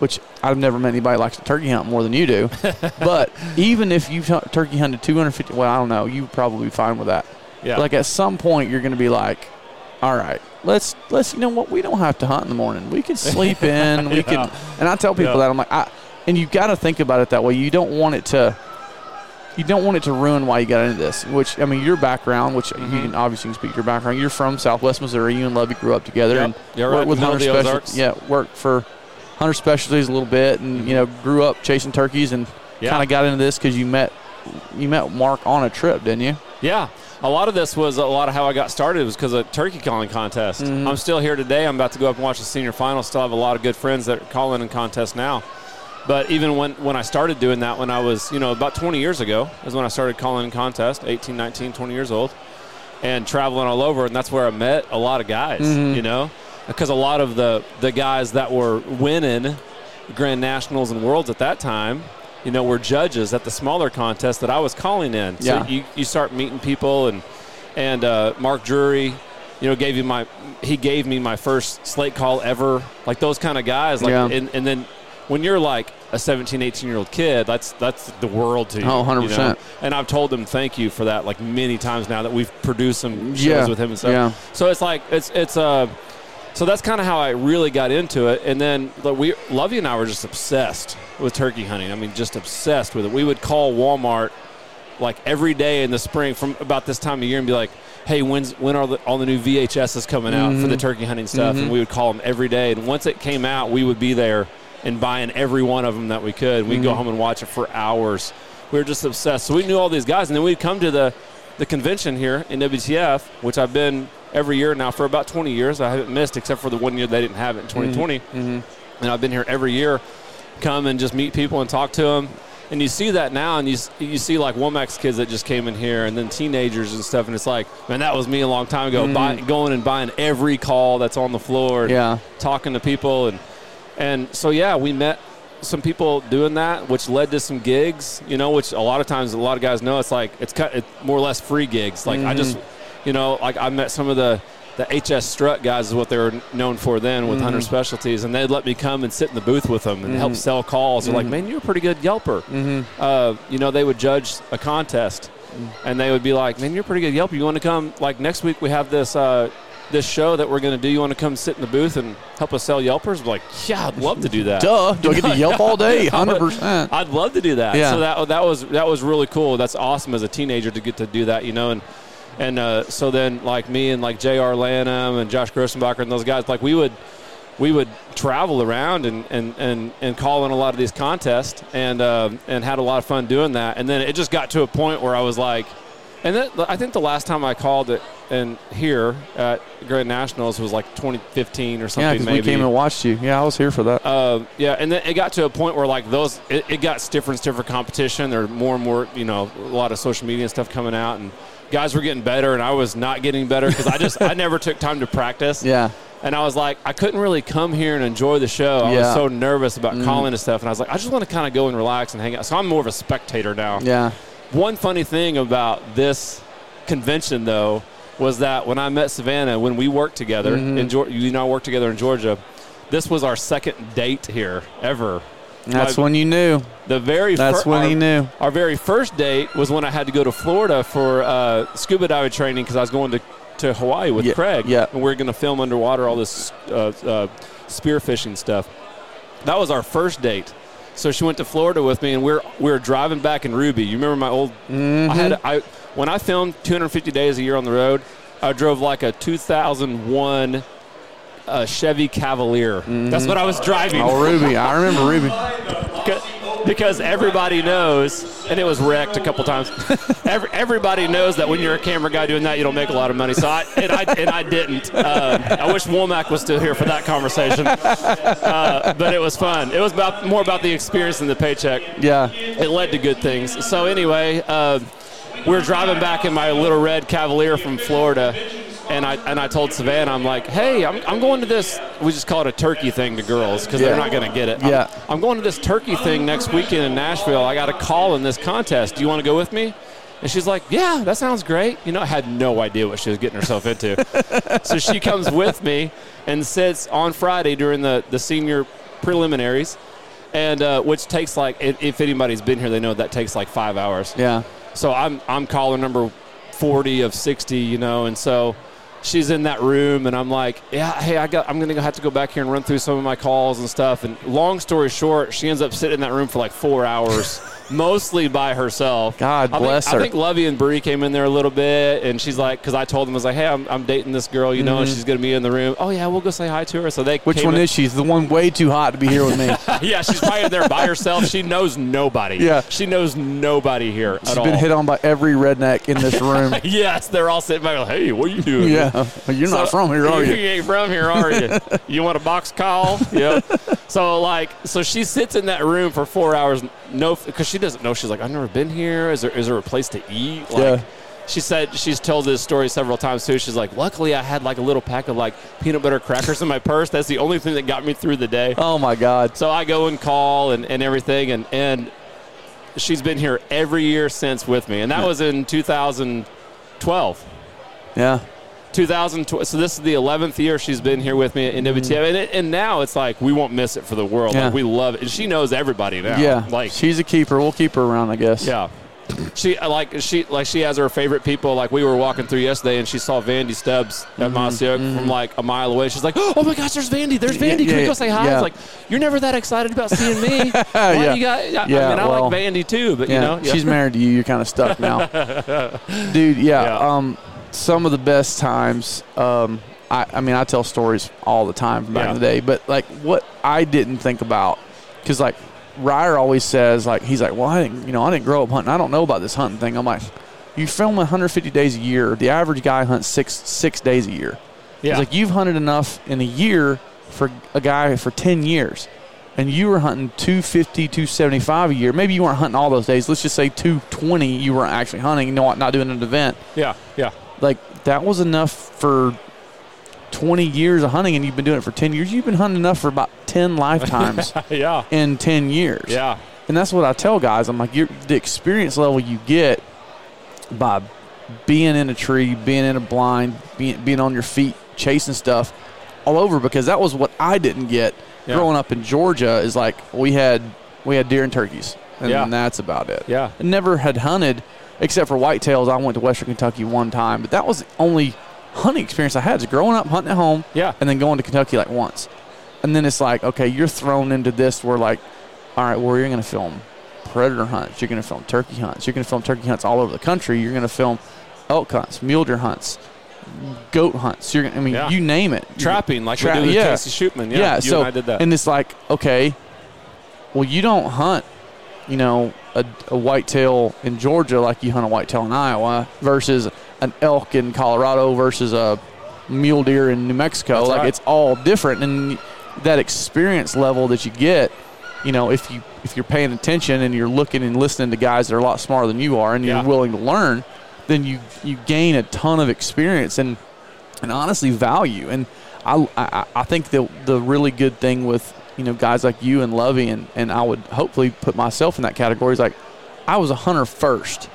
which i've never met anybody likes to turkey hunt more than you
[laughs]
do but even if you've hunt- turkey hunted 250 well i don't know you probably be fine with that
Yeah.
like at some point you're going to be like, all right, let's let's you know what we don't have to hunt in the morning. We can
[laughs]
sleep in. We can. And I tell people
Yeah.
that I'm like, I, and you got to think about it that way. You don't want it to. You don't want it to ruin why you got into this. Which I mean, your background, which
Mm-hmm.
you can obviously can speak to your background. You're from Southwest Missouri. You and Lovey grew up together
Yep.
and
Yeah, right.
worked with
Middle of
hunter
the
specialties.
Ozarks.
Yeah, worked for hunter specialties a little bit, and you know, grew up chasing turkeys and
Mm-hmm. Yeah.
kind of got into this because you met you met Mark on a trip, didn't you?
Yeah. A lot of this was a lot of how I got started was because of turkey calling contest. I'm still here today. I'm about to go up and watch the senior final. Still have a lot of good friends that are calling in contest now. But even when, when I started doing that, when I was, you know, about 20 years ago is when I started calling in contest, 18, 19, 20 years old, and traveling all over. And that's where I met a lot of guys, you know, because a lot of the, the guys that were winning Grand Nationals and Worlds at that time, you know, were judges at the smaller contest that I was calling in. So
Yeah.
you, you start meeting people and and uh, Mark Drury, you know, gave you my he gave me my first slate call ever. Like those kind of guys. Like
Yeah.
and, and then when you're like a 17, 18 year old kid, that's that's the world to you.
Oh,
you know?
100%.
And I've told him thank you for that like many times now that we've produced some shows
Yeah.
with him and stuff.
Yeah.
So it's like it's it's uh so that's kind of how I really got into it. And then like, we, Lovey and I were just obsessed with turkey hunting. I mean, just obsessed with it. We would call Walmart like every day in the spring from about this time of year and be like, "Hey, when's when are the, all the new VHSs coming out for the turkey hunting stuff?" And we would call them every day. And once it came out, we would be there and buying every one of them that we could. We'd go home and watch it for hours. We were just obsessed. So we knew all these guys, and then we'd come to the the convention here in WTF, which I've been every year now for about 20 years. I haven't missed except for the one year they didn't have it in 2020. And I've been here every year come and just meet people and talk to them. And you see that now, and you s- you see like Womack's kids that just came in here, and then teenagers and stuff, and it's like, man, that was me a long time ago, buy, going and buying every call that's on the floor, and
Yeah.
talking to people, and and so yeah, we met some people doing that, which led to some gigs, you know, which a lot of times a lot of guys know it's like it's cut it's more or less free gigs. Like I just, you know, like I met some of the the HS Strut guys is what they were known for then with Hunter Specialties, and they'd let me come and sit in the booth with them and help sell calls. They're like, man, you're a pretty good yelper. Uh, you know, they would judge a contest, and they would be like, man, you're a pretty good yelper. You want to come? Like next week we have this. Uh, this show that we're going to do, you want to come sit in the booth and help us sell Yelpers? Like, yeah, I'd love to do that.
Duh. Do I get to yelp all
[laughs]
[laughs] day? 100%.
I'd love to do that.
Yeah.
So that that was that was really cool. That's awesome as a teenager to get to do that, you know. And and uh, so then like me and like J.R. Lanham and Josh Grossenbacher and those guys, like we would we would travel around and and and, and call in a lot of these contests and um and had a lot of fun doing that. And then it just got to a point where I was like, and then I think the last time I called it and here at Grand Nationals was like 2015 or
Yeah,
something.
because we
maybe.
came and watched you. Yeah, I was here for that.
Uh, yeah, and then it got to a point where like those, it, it got stiffer and stiffer competition. There were more and more, you know, a lot of social media and stuff coming out, and guys were getting better, and I was not getting better because I just I never took time to practice.
yeah.
And I was like, I couldn't really come here and enjoy the show. I was
Yeah. Mm-hmm.
so nervous about calling and stuff. And I was like, I just want to kind of go and relax and hang out. So I'm more of a spectator now.
Yeah.
One funny thing about this convention, though, was that when I met Savannah, when we worked together,
Mm-hmm.
in Geor- you and I worked together in Georgia, this was our second date here ever.
That's
Like,
when you knew.
The very
That's when
our,
he knew.
Our very first date was when I had to go to Florida for uh, scuba diving training because I was going to, to Hawaii with
Yeah,
Craig.
yeah.
And we are going to film underwater all this uh, uh, spearfishing stuff. That was our first date. So she went to Florida with me, and we're we're driving back in Ruby. You remember my old? I had
Mm-hmm.
I when I filmed 250 days a year on the road, I drove like a 2001 uh, Chevy Cavalier.
Mm-hmm.
That's what I was driving
[laughs] Oh, Ruby. I remember Ruby.
Ca- because everybody knows, and it was wrecked a couple times. Every, everybody knows that when you're a camera guy doing that, you don't make a lot of money. So I and I and I didn't. Uh, I wish Womack was still here for that conversation, uh, but it was fun. It was about more about the experience than the paycheck.
Yeah.
It led to good things. So anyway, uh, we were driving back in my little red Cavalier from Florida, and I and I told Savannah, I'm like, hey, I'm, I'm going to this. We just call it a turkey thing to girls because
Yeah.
they're not going to get it. I'm-
Yeah.
I'm, going to this turkey thing next weekend in Nashville. I got a call in this contest. Do you want to go with me? And she's like, yeah, that sounds great. You know, I had no idea what she was getting herself into. so she comes with me and sits on Friday during the, the senior preliminaries, and uh, which takes like if, if anybody's been here, they know that takes like five hours.
Yeah.
So I'm I'm caller number forty of sixty, you know, and so she's in that room, and I'm like, yeah, hey, I got I'm gonna have to go back here and run through some of my calls and stuff. And long story short, she ends up sitting in that room for like four
[laughs]
hours. Mostly by herself.
God
I think-
bless her.
I think Lovey and Bree came in there a little bit, and she's like, because I told them I was like, hey, I'm, I'm dating this girl, you know, and she's gonna be in the room. Oh yeah, we'll go say hi to her. So they
Mm-hmm. Which
came
one
in-
is she? The one way too hot to be here with [laughs] me.
[laughs] yeah, she's probably there by herself. She knows nobody.
[laughs] Yeah.
she knows nobody here at
She's
all.
been hit on by every redneck in this [laughs] room.
Yes, they're all sitting back like, "Hey, what are you doing?"
yeah. Well, you're not
So-
from here, are [laughs] you?
[laughs] You ain't from here,
[laughs]
are you? you want a box call? yeah. So like, so she sits in that room for four hours, no, because she doesn't know. She's like, "I've never been here. Is there is there a place to eat?" Like,
Yeah.
She said she's told this story several times too. She's like, "Luckily, I had like a little pack of like peanut butter crackers in my purse. That's the only thing that got me through the day."
Oh, my God.
So I go and call and, and everything, and, and she's been here every year since with me. And that was in 2012.
Yeah.
2012. So this is the 11th year she's been here with me at NWTF. And, it, and now it's like, we won't miss it for the world.
Mm. Yeah.
Like, we love it. And she knows everybody now.
Yeah.
Like,
She's a keeper. We'll keep her around, I guess.
yeah. She like she like she has her favorite people. Like we were walking through yesterday, and she saw Vandy Stubbs
Mm-hmm.
at Mossy Oak from like a mile away. She's like, "Oh my gosh, there's Vandy! There's
Yeah,
Vandy! Can we
yeah,
go say hi?"
yeah.
It's like you're never that excited about
[laughs]
seeing me. Why
Yeah.
you got? I,
Yeah,
I mean, I
well,
like Vandy too, but you
Yeah,
know, yeah.
she's married to you. You're kind of stuck
[laughs]
now, dude. Yeah,
Yeah.
Um, some of the best times. Um, I, I mean, I tell stories all the time from back
Yeah.
in the day, but like what I didn't think about, because like Ryer always says, like he's like, well, I didn't, you know, I didn't grow up hunting. I don't know about this hunting thing. I'm like, you film 150 days a year. The average guy hunts six six days a year.
Yeah.
It's like you've hunted enough in a year for a guy for 10 years. And you were hunting 250, 275 a year. Maybe you weren't hunting all those days. Let's just say 220 you weren't actually hunting, not, not doing an event.
yeah, yeah,
Like, that was enough for 20 years of hunting, and you've been doing it for 10 years. You've been hunting enough for about 10 [laughs] lifetimes
[laughs] yeah,
in 10 years.
yeah,
And that's what I tell guys. I'm like, you're, the experience level you get by being in a tree, being in a blind, being, being on your feet, chasing stuff all over because that was what I didn't get
Yeah.
growing up in Georgia is like we had we had deer and turkeys. And
Yeah.
that's about it.
Yeah.
I never had hunted except for whitetails. I went to Western Kentucky one time, but that was the only hunting experience I had. Is growing up hunting at home
Yeah.
and then going to Kentucky like once. And then it's like, okay, you're thrown into this where like, all right, well, you're going to film predator hunts. You're going to film turkey hunts. You're going to film turkey hunts all over the country. You're going to film elk hunts, mule deer hunts, goat hunts. You're, gonna- I mean,
Yeah.
you name it.
Trapping like
Trap-
we do with
yeah.
Casey Shootman. Yeah,
yeah.
you
so
and I did that.
and it's like, okay, well, you don't hunt you know a, a whitetail in Georgia like you hunt a whitetail in Iowa versus an elk in Colorado versus a mule deer in New Mexico.
That's
like
right.
it's all different, and that experience level that you get, you know, if you if you're paying attention and you're looking and listening to guys that are a lot smarter than you are, and
Yeah.
you're willing to learn, then you you gain a ton of experience and and honestly value. And I, I, I think the the really good thing with you know guys like you and Lovey and and I would hopefully put myself in that category is like I was a hunter first,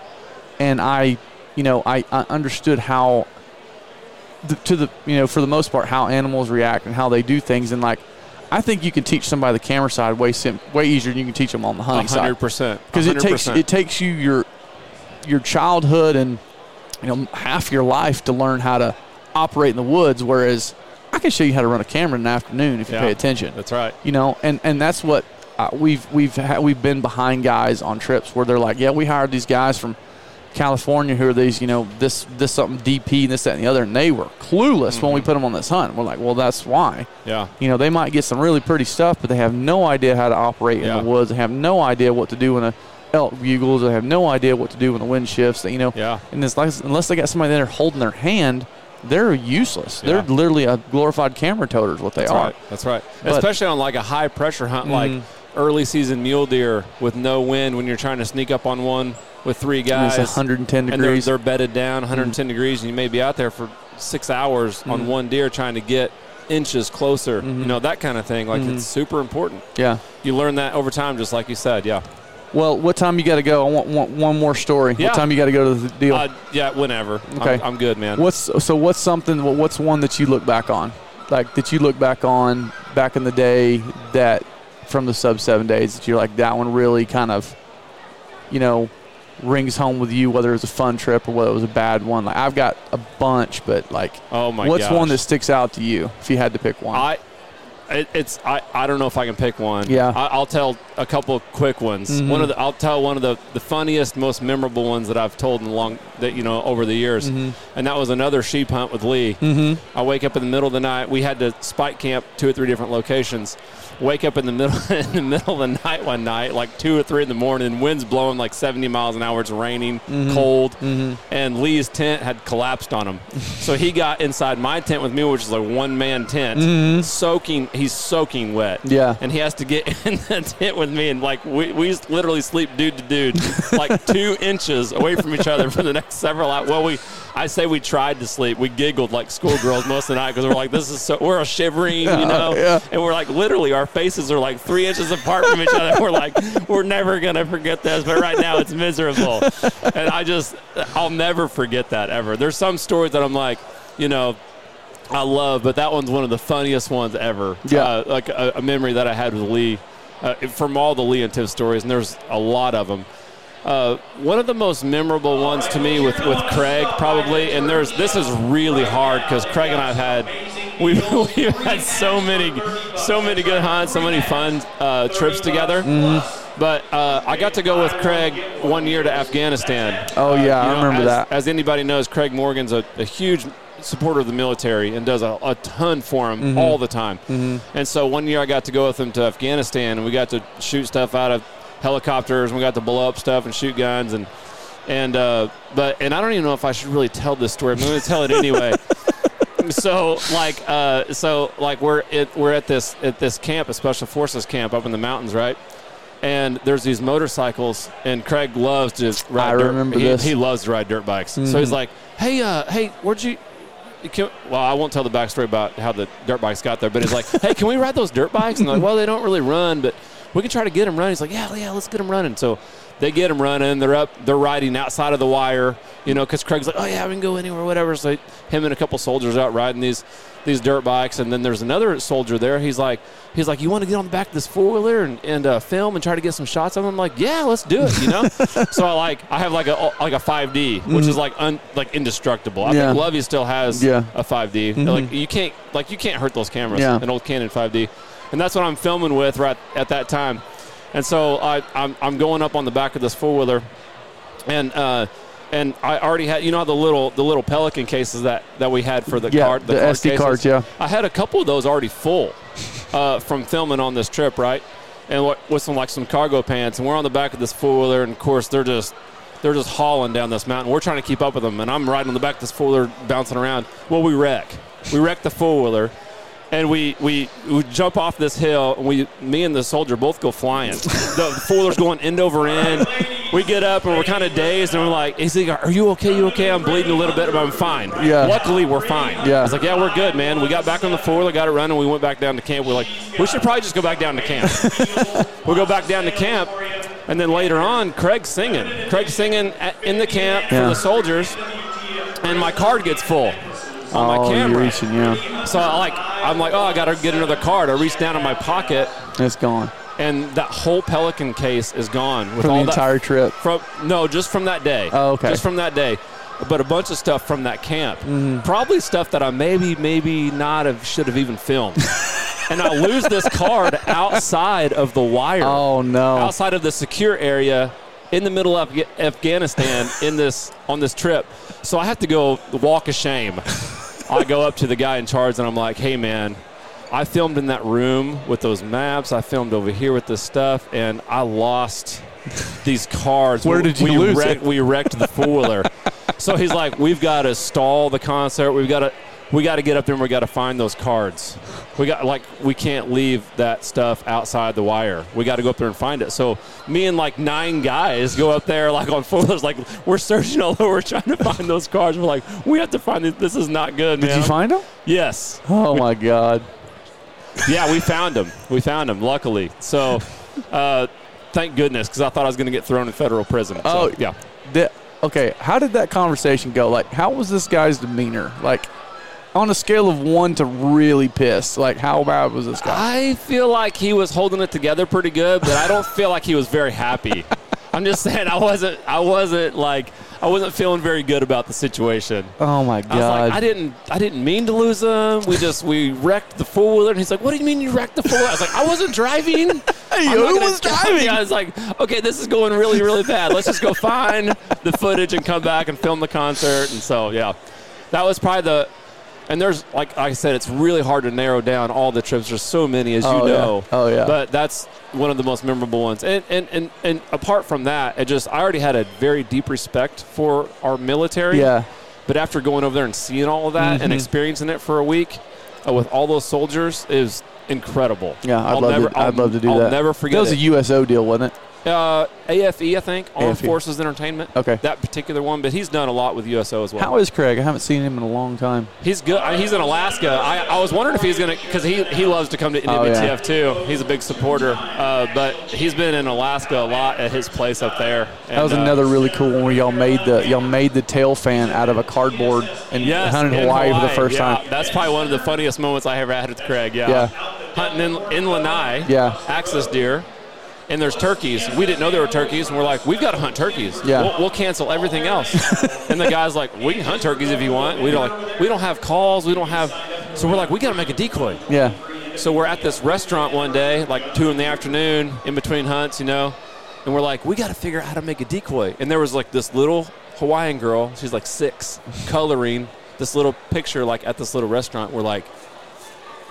and I you know I, I understood how the, to the you know for the most part how animals react and how they do things and like. I think you can teach somebody the camera side way sim- way easier than you can teach them on the hunting side
hundred percent.
because it takes it takes you your your childhood and you know half your life to learn how to operate in the woods. Whereas I can show you how to run a camera in the afternoon if you
Yeah.
pay attention.
That's right.
You know, and and that's what uh, we've we've ha- we've been behind guys on trips where they're like, yeah, we hired these guys from California who are these, you know, this this something DP and this that and the other, and they were clueless when
Mm-hmm.
we put them on this hunt. We're like, well, that's why.
Yeah.
You know, they might get some really pretty stuff, but they have no idea how to operate
Yeah.
in the woods. They have no idea what to do when a elk bugles. They have no idea what to do when the wind shifts. They- You know,
Yeah.
and it's like unless they got somebody there holding their hand, they're useless.
Yeah.
They're literally a glorified camera toter is what they
That's
are.
right. That's right.
But-
Especially on like a high pressure hunt,
Mhm.
like early season mule deer with no wind when you're trying to sneak up on one with three
And
guys.
it's 110
and they're,
degrees. Mm-hmm.
they're bedded down 110 degrees and you may be out there for six hours on one deer trying to get inches closer
Mm-hmm.
you know that kind of thing like it's super important
yeah.
you learn that over time just like you said yeah
Well, what time you got to go? I want, want one more story.
Yeah.
What time you got to go to the deal?
uh, yeah whenever I'm-
Okay.
I'm, good man
What's so? What's something? what- What's one that you look back on, like that you look back on back in the day that from the sub seven days that you're like that one really kind of, you know, rings home with you whether it was a fun trip or whether it was a bad one. Like I've got a bunch, but like,
oh my
what's
gosh.
one that sticks out to you if you had to pick one?
I it, it's I, I don't know if I can pick one.
Yeah.
I, I'll tell a couple quick ones. One of the I'll tell one of the, the funniest, most memorable ones that I've told in long that you know over the years, and that was another sheep hunt with Lee. Mm-hmm. I wake up in the middle of the night. We had to spike camp two or three different locations. Wake up in the middle [laughs] in the middle of the night one night, like two or three in the morning. Wind's blowing like seventy miles an hour. It's raining, cold, and Lee's tent had collapsed on him. so he got inside my tent with me, which is a one man tent, soaking. He's soaking wet.
Yeah.
and he has to get [laughs] in the tent with me, and like we we used to literally sleep dude
[laughs]
to dude, like two inches away from each other for the next several hours. Well, we. I say we tried to sleep. We giggled like schoolgirls most of the night because we're like, this is so, we're all shivering, you know?
yeah.
And we're like, literally, our faces are like three inches apart from each other. We're like, we're never going to forget this, but right now it's miserable. And I just, I'll never forget that ever. There's some stories that I'm like, you know, I love, but that one's one of the funniest ones ever.
Yeah.
Uh, like a, a memory that I had with Lee uh, from all the Lee and Tiff stories, and there's a lot of them. Uh, one of the most memorable ones to me with, with Craig probably, and there's this is really hard because Craig and I've had [laughs] we've, we've had so many so many good hunts, so many fun uh, trips together. But uh, I got to go with Craig one year to Afghanistan.
Oh,
Uh,
yeah,
you
I remember
as-
that.
as anybody knows, Craig Morgan's a, a huge supporter of the military and does a, a ton for him
Mm-hmm.
all the time. And so one year I got to go with him to Afghanistan and we got to shoot stuff out of helicopters and we got to blow up stuff and shoot guns and and uh, but and I don't even know if I should really tell this story. but I'm going to tell it anyway.
[laughs]
[laughs] so like uh, so like we're at, we're at this at this camp, a special forces camp up in the mountains, right? And there's these motorcycles, and Craig loves to just ride.
I
dirt.
remember
he,
this. Mm-hmm.
he loves to ride dirt bikes. So he's like, "Hey, uh, hey, where'd you?" you Can, well, I won't tell the backstory about how the dirt bikes got there, but he's like, "Hey, can we ride those dirt bikes?" And they're like, "Well, they don't really run, but we can try to get them running." He's like, "Yeah, yeah, let's get them running." So they get them running. They're up. They're riding outside of the wire, you know, because Craig's like, "Oh yeah, we can go anywhere, whatever." So him and a couple soldiers out riding these these dirt bikes, and then there's another soldier there. He's like, he's like, "You want to get on the back of this four wheeler and, and uh, film and try to get some shots of them?" I'm like, "Yeah, let's do it," you know. so I like I have like a like a 5D, which is like un, like indestructible. I
Yeah.
think Lovey still has
Yeah. Mm-hmm.
a 5D. Like you can't like you can't hurt those cameras.
Yeah.
An old Canon 5D, and that's what I'm filming with right at that time. And so I, I'm, I'm going up on the back of this four wheeler, and uh, and I already had you know the little the little Pelican cases that, that we had for the
Yeah,
card
the SD cards, yeah.
I had a couple of those already full uh, from filming on this trip right, and what, with some like some cargo pants, and we're on the back of this four wheeler, and of course they're just they're just hauling down this mountain. We're trying to keep up with them, and I'm riding on the back of this four wheeler, bouncing around. Well, we wreck, we wreck the four wheeler, and we, we we jump off this hill, and we me and the soldier both go flying. the four wheeler's going end over end. We get up and we're kind of dazed, and we're like, "Is he? Are you okay? You okay? I'm bleeding a little bit, but I'm fine."
Yeah.
Luckily, we're fine.
Yeah.
I was like, "Yeah, we're good, man." We got back on the four wheeler, got it running. We went back down to camp. We're like, "We should probably just go back down to
[laughs]
camp." We'll go back down to camp, and then later on, Craig's singing. Craig's singing at, in the camp for
Yeah.
the soldiers, and my card gets full on my
oh, you're
camera.
reaching, yeah.
So I like, I'm like, oh, I gotta get another card. I reach down in my pocket,
It's gone
and that whole Pelican case is gone
from
with
the
all
entire
that
trip.
from no, just from that day.
Oh, okay.
Just from that day. But a bunch of stuff from that camp.
Mm-hmm.
Probably stuff that I maybe, maybe not have should have
[laughs]
even filmed. and I lose this card outside of the wire
Oh no!
outside of the secure area in the middle of Af- Afghanistan in this on this trip. So I have to go walk of shame. I go up to the guy in charge and I'm like, "Hey man, I filmed in that room with those maps. I filmed over here with this stuff, and I lost these cards.
Where
We-
did you
we
lose
wrecked,
it?
We wrecked the four-wheeler.
[laughs]
so he's like, "We've got to stall the concert. We've got to." We got to get up there and we got to find those cards. We got like we can't leave that stuff outside the wire. We got to go up there and find it. So me and like nine guys go up there like on four wheelers, like we're searching all over [laughs] trying to find those cards. We're like, we have to find it. This is not good,
Did
man.
you find him?
Yes.
[laughs] Oh my God!
Yeah, we found him. We found him, luckily. So, uh, thank goodness, because I thought I was going to get thrown in federal prison. So,
Oh.
yeah.
That, okay, how did that conversation go? Like, how was this guy's demeanor? Like, on a scale of one to really pissed, like how bad was this guy?
I feel like he was holding it together pretty good, but I don't feel like he was very happy. I'm just saying, I wasn't. I wasn't like. I wasn't feeling very good about the situation.
Oh my
I was
God!
like, I didn't, I didn't mean to lose him. We just, we wrecked the four wheeler. And he's like, "What do you mean you wrecked the four wheeler?" I was like, "I
[laughs]
wasn't driving." hey,
who was driving?
I was like, "Okay, this is going really, really bad. Let's just go find the footage and come back and film the concert." And so, yeah, that was probably the. And there's, like I said, it's really hard to narrow down all the trips. There's so many, as
Oh,
you
yeah.
know.
Oh, yeah.
But that's one of the most memorable ones. And and and and apart from that, it just I already had a very deep respect for our military.
Yeah.
But after going over there and seeing all of that
Mm-hmm.
and experiencing it for a week uh, with all those soldiers is incredible.
yeah, I'd
I'll
love,
never-
to, I'd
I'll-
love to do
I'll
that.
never forget
That was
it.
a USO deal, wasn't it?
uh, AFE, I think, Armed
AFE.
Forces Entertainment.
E. Okay.
That particular one, but he's done a lot with USO as well.
How is Craig? I haven't seen him in a long time.
he's good. I mean, he's in Alaska. I, I was wondering if he's going to, because he, he loves to come to
Oh,
NWTF too. He's a big supporter, uh, but he's been in Alaska a lot at his place up there.
That was
And, uh,
another really cool one where y'all made the y'all made the tail fan out of a cardboard and
Yes,
hunted
in
Hawaii, for the first
yeah,
time.
That's probably one of the funniest moments I ever had with Craig. Yeah,
Yeah.
hunting in, in Lanai.
Yeah.
axis deer, and there's turkeys. We didn't know there were turkeys, and we're like, we've got to hunt turkeys.
Yeah.
we'll, we'll cancel
[laughs]
everything else. and the guy's like, we can hunt turkeys if you want. We don't like, we don't have calls. We don't have. So we're like, we got to make a decoy.
Yeah,
So we're at this restaurant one day, like two in the afternoon, in between hunts, you know, and we're like, we got to figure out how to make a decoy. And there was like this little Hawaiian girl, she's like six, coloring this little picture, like at this little restaurant. We're like,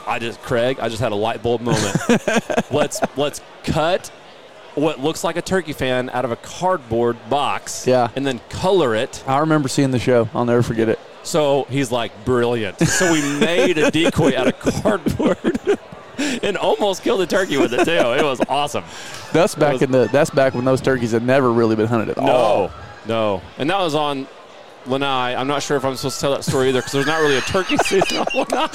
I just Craig, I just had a light bulb moment. let's let's cut what looks like a turkey fan out of a cardboard box,
Yeah.
and then color it
I remember seeing the show. I'll never forget it.
so he's like, brilliant. So we made a decoy out of cardboard [laughs] and almost killed a turkey with it, too. It was awesome.
That's back
was-
in the that's back when those turkeys had never really been hunted at all. [laughs]
No, no. And that was on Lanai. I'm not sure if I'm supposed to tell that story either because there's not really a turkey [laughs] season on
[laughs]
Lanai.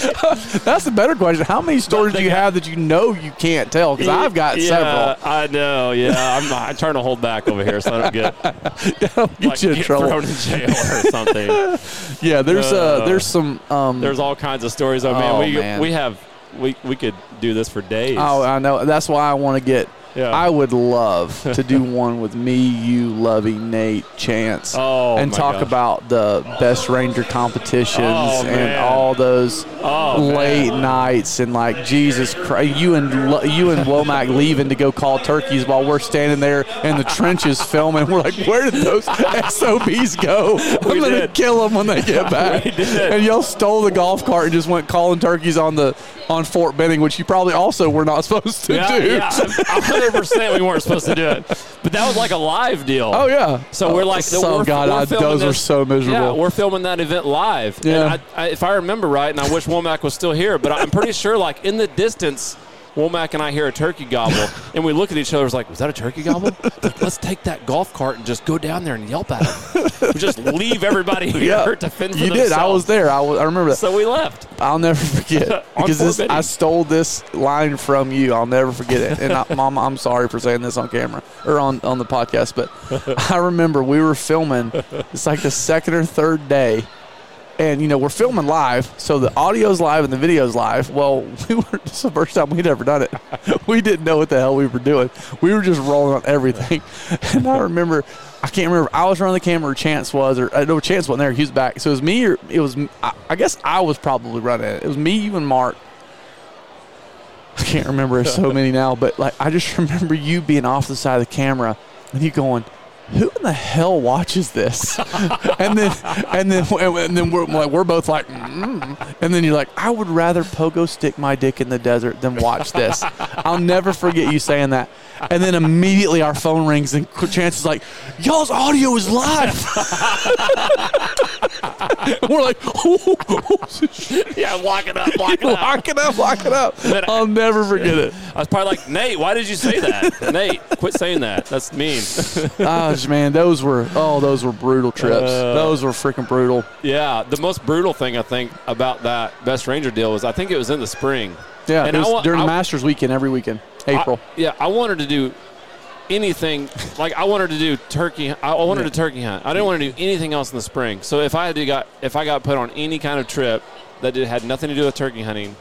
That's the better question. How many stories do
they
you
got-
have that you know you can't tell? Because I've got
yeah, [laughs]
several.
I know. Yeah, I'm, I'm trying to hold back over here so I
[laughs]
don't get, like,
Get you in
get
trouble.
thrown in jail or something.
[laughs] Yeah, there's uh,
Uh,
there's some um,
There's all kinds of stories. Oh man,
Oh,
we
man.
we have we we could do this for days.
Oh, I know. That's why I want to get.
Yeah.
I would love to
[laughs]
do one with me, you, Lovey, Nate, Chance,
Oh,
and
my
talk
gosh.
about the best ranger competitions
Oh,
and
man.
all those
Oh, man.
late nights and like Jesus Christ, you and Lo- you and Womack leaving to go call turkeys while we're standing there in the
[laughs]
trenches filming. We're like, where did those SOBs go? I'm
We
gonna
did. [laughs]
kill them when they get back.
We did.
And y'all stole the golf cart and just went calling turkeys on the on Fort Benning, which you probably also were not [laughs] supposed to
Yeah,
do.
yeah, 100% we weren't supposed to do it. But that was like a live deal.
[laughs] Oh yeah.
So we're like,
oh
we're,
god,
we're
I,
filming
those
this-
were so miserable.
Yeah, we're filming that event live.
Yeah.
And I, I, if I remember right, and I wish Womack was still here, but I'm pretty sure, like in the distance, Womack and I hear a turkey gobble, and we look at each other. It's like, was that a turkey gobble? Like, Let's take that golf cart and just go down there and yelp at him. we just
[laughs]
leave everybody here to fend for
you did. I was
themselves.
there. I, was, I remember that.
So we left.
I'll never [laughs] forget
On
because this,
Forbidden.
I stole this line from you. I'll never forget it.
[laughs]
And I, Mom, I'm sorry for saying this on camera or on, on the podcast, but I remember we were filming. It's like the second or third day, and you know we're filming live, so the audio's live and the video's live. Well, [laughs] we were this is the first time we'd ever done it. [laughs] We didn't know what the hell we were doing. We were just rolling on everything, [laughs] and I remember. I can't remember. I was running the camera. Or Chance was, or uh, no, Chance wasn't there. He was back. So it was me, or it was. I, I guess I was probably running it. It was me, you, and Mark. I [laughs] can't remember so many now, but like I just [laughs] remember you being off the side of the camera and you going, "Who in the hell watches this?" [laughs] and then and then and then we're like we're both like, mm. and then you're like, "I would rather pogo stick my dick in the desert than watch this." [laughs] I'll never forget you saying that. And then immediately our phone rings and Chance is like, "Y'all's audio is live." [laughs] we're like, [laughs]
Yeah, lock it up, lock it up.
"Lock it up, lock it up."
Then I-
I'll never forget it.
I was probably like, Nate, why did you say that? [laughs] Nate, quit saying that. That's mean. [laughs]
Oh man, those were oh those were brutal trips.
Uh,
those were freaking brutal.
Yeah, the most brutal thing I think about that Best Ranger deal was I think it was in the spring.
Yeah,
and
it was
I wa-
during
I-
Masters weekend every weekend,
I-
April.
yeah, I wanted to do anything. Like I wanted to do turkey. I I wanted to turkey hunt. I didn't want to do anything else in the spring. So if I had to got if I got put on any kind of trip that did, had nothing to do with turkey hunting,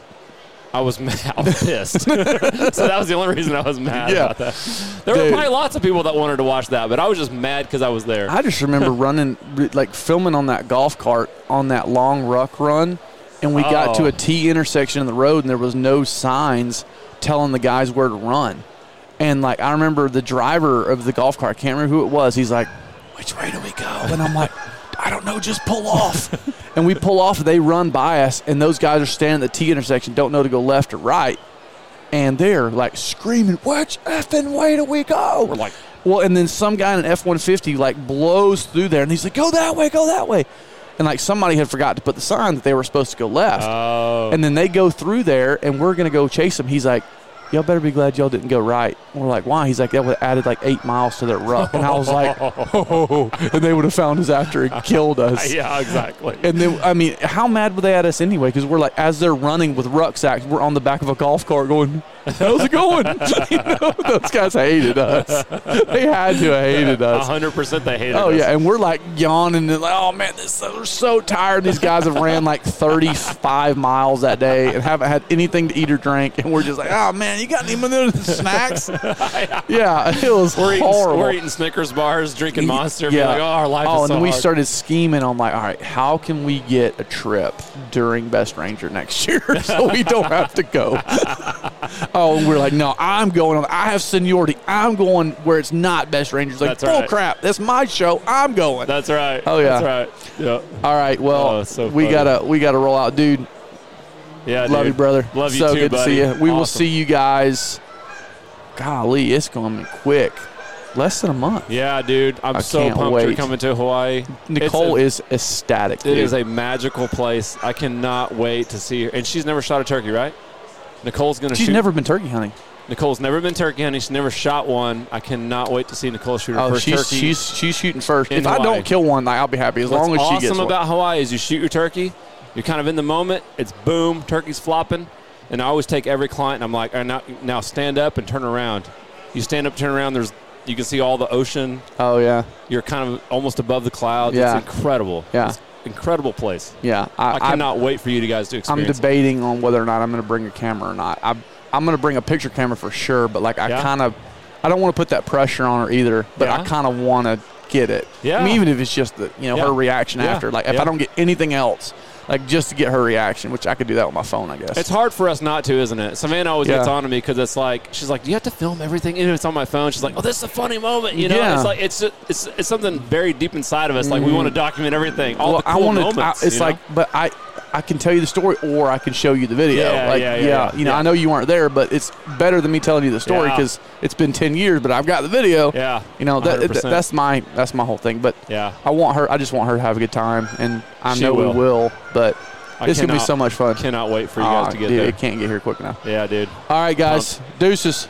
I was [laughs] mad. I was pissed. [laughs] so that was the only reason I was mad
Yeah.
about that. There
Dude.
were probably lots of people that wanted to watch that, but I was just mad because I was there.
I just
[laughs]
remember running re- like filming on that golf cart on that long ruck run, and we got to
Oh.
a T intersection in the road, and there was no signs telling the guys where to run. And like I remember the driver of the golf cart, I can't remember who it was. He's like, "Which way do we go?" And I'm like, "I don't know. Just pull
[laughs]
off." and we pull off. They run by us, and those guys are standing at the T intersection, don't know to go left or right. and they're like screaming, "Which effing way do we go?" We're
like-
"Well," and then some guy in an F one fifty like blows through there, and he's like, "Go that way, go that way," and like somebody had forgot to put the sign that they were supposed to go left,
Oh,
and then they go through there, and we're gonna go chase them. He's like. Y'all better be glad y'all didn't go right. And we're like, why? He's like, that would have added like eight miles to their ruck. And I was
[laughs]
like, oh, [laughs] and they would have found us after and killed us.
[laughs] yeah, exactly.
And then, I mean, how mad were they at us anyway? Because we're like, as they're running with rucksacks, we're on the back of a golf cart going, "How's it going?" [laughs] you know, those guys hated us. They had to have hated us.
hundred percent, they hated.
Oh
us.
yeah, and we're like yawning and like, oh man, this we're so tired. These guys have ran like 35 miles that day and haven't had anything to eat or drink, and we're just like, oh man, you got any of those snacks? yeah, it was
We're eating,
horrible.
we're eating Snickers bars, drinking Monster. Yeah.
Yeah.
Like, oh, our life
Oh,
is
and
so
then we
hard.
started scheming on like, all right, how can we get a trip during Best Ranger next year [laughs] so we don't have to
[laughs]
go? oh, and we're like, no, I'm going on. I have seniority. I'm going where it's not Best Rangers. Like,
That's
bull
right.
crap. That's my show. I'm going.
That's right.
Oh, yeah.
That's right. Yeah.
all right, well,
Oh, so
we
funny.
gotta we gotta roll out, dude.
Yeah.
love
dude.
you, brother.
Love you
so
too,
good
buddy.
to see you. We will
Awesome.
see you guys. Golly, it's coming quick. Less than a month.
Yeah, dude. I'm
I
so
can't
pumped you're
wait.
coming to Hawaii.
Nicole
it's
is ecstatic.
a, it
dude.
is a magical place. I cannot wait to see her. And she's never shot a turkey, right? Nicole's gonna
She's
shoot.
never been turkey hunting.
Nicole's never been turkey hunting. She's never shot one. I cannot wait to see Nicole shoot her
Oh,
first
she's,
turkey.
she's she's shooting first.
in
If I
Hawaii.
don't kill one, like, I'll be happy as
What's
long as
awesome
she gets one.
about Hawaii is you shoot your turkey, you're kind of in the moment. It's boom, turkey's flopping, and I always take every client and I'm like, "All right, now, now stand up and turn around. You stand up, turn around. There's you can see all the ocean.
Oh yeah,
You're kind of almost above the clouds.
Yeah.
It's incredible.
Yeah.
It's an incredible place.
yeah.
I,
I, I
cannot wait for you to guys to
I'm
experience. it.
debating on whether or not I'm going to bring a camera or not. I I'm going to bring a picture camera for sure, but like I
Yeah.
kind of I don't want to put that pressure on her either. But I
Yeah.
kind of want to get it. I
Yeah.
mean, even if it's just the you know her
Yeah.
reaction
Yeah.
after. Like if
Yeah.
I don't get anything else, like just to get her reaction, which I could do that with my phone, I guess.
It's hard for us not to, isn't it? Savannah always
Yeah.
gets on to me because it's like she's like, "Do you have to film everything?" Even if it's on my phone, she's like, "Oh, this is a funny moment," you know.
Yeah. Mm-hmm.
It's like it's, it's it's something buried deep inside of us. Like we want to document everything, all
well,
the cool
I wanna,
moments.
I, it's
you know?
like, but I I can tell you the story or I can show you the video.
Yeah,
like,
yeah, yeah, yeah.
You know,
Yeah.
I know you weren't there, but it's better than me telling you the story
Yeah.
because it's been ten years, but I've got the video.
Yeah,
You know, that,
100%.
that's my that's my whole thing. But
Yeah.
I want her. I just want her to have a good time, and I
She
know
will.
we will. But
I
it's gonna be
cannot-
so much fun.
Cannot wait for you guys
Ah,
to get
dude,
there.
It can't get here quick enough.
Yeah, dude.
All right, guys. Deuces.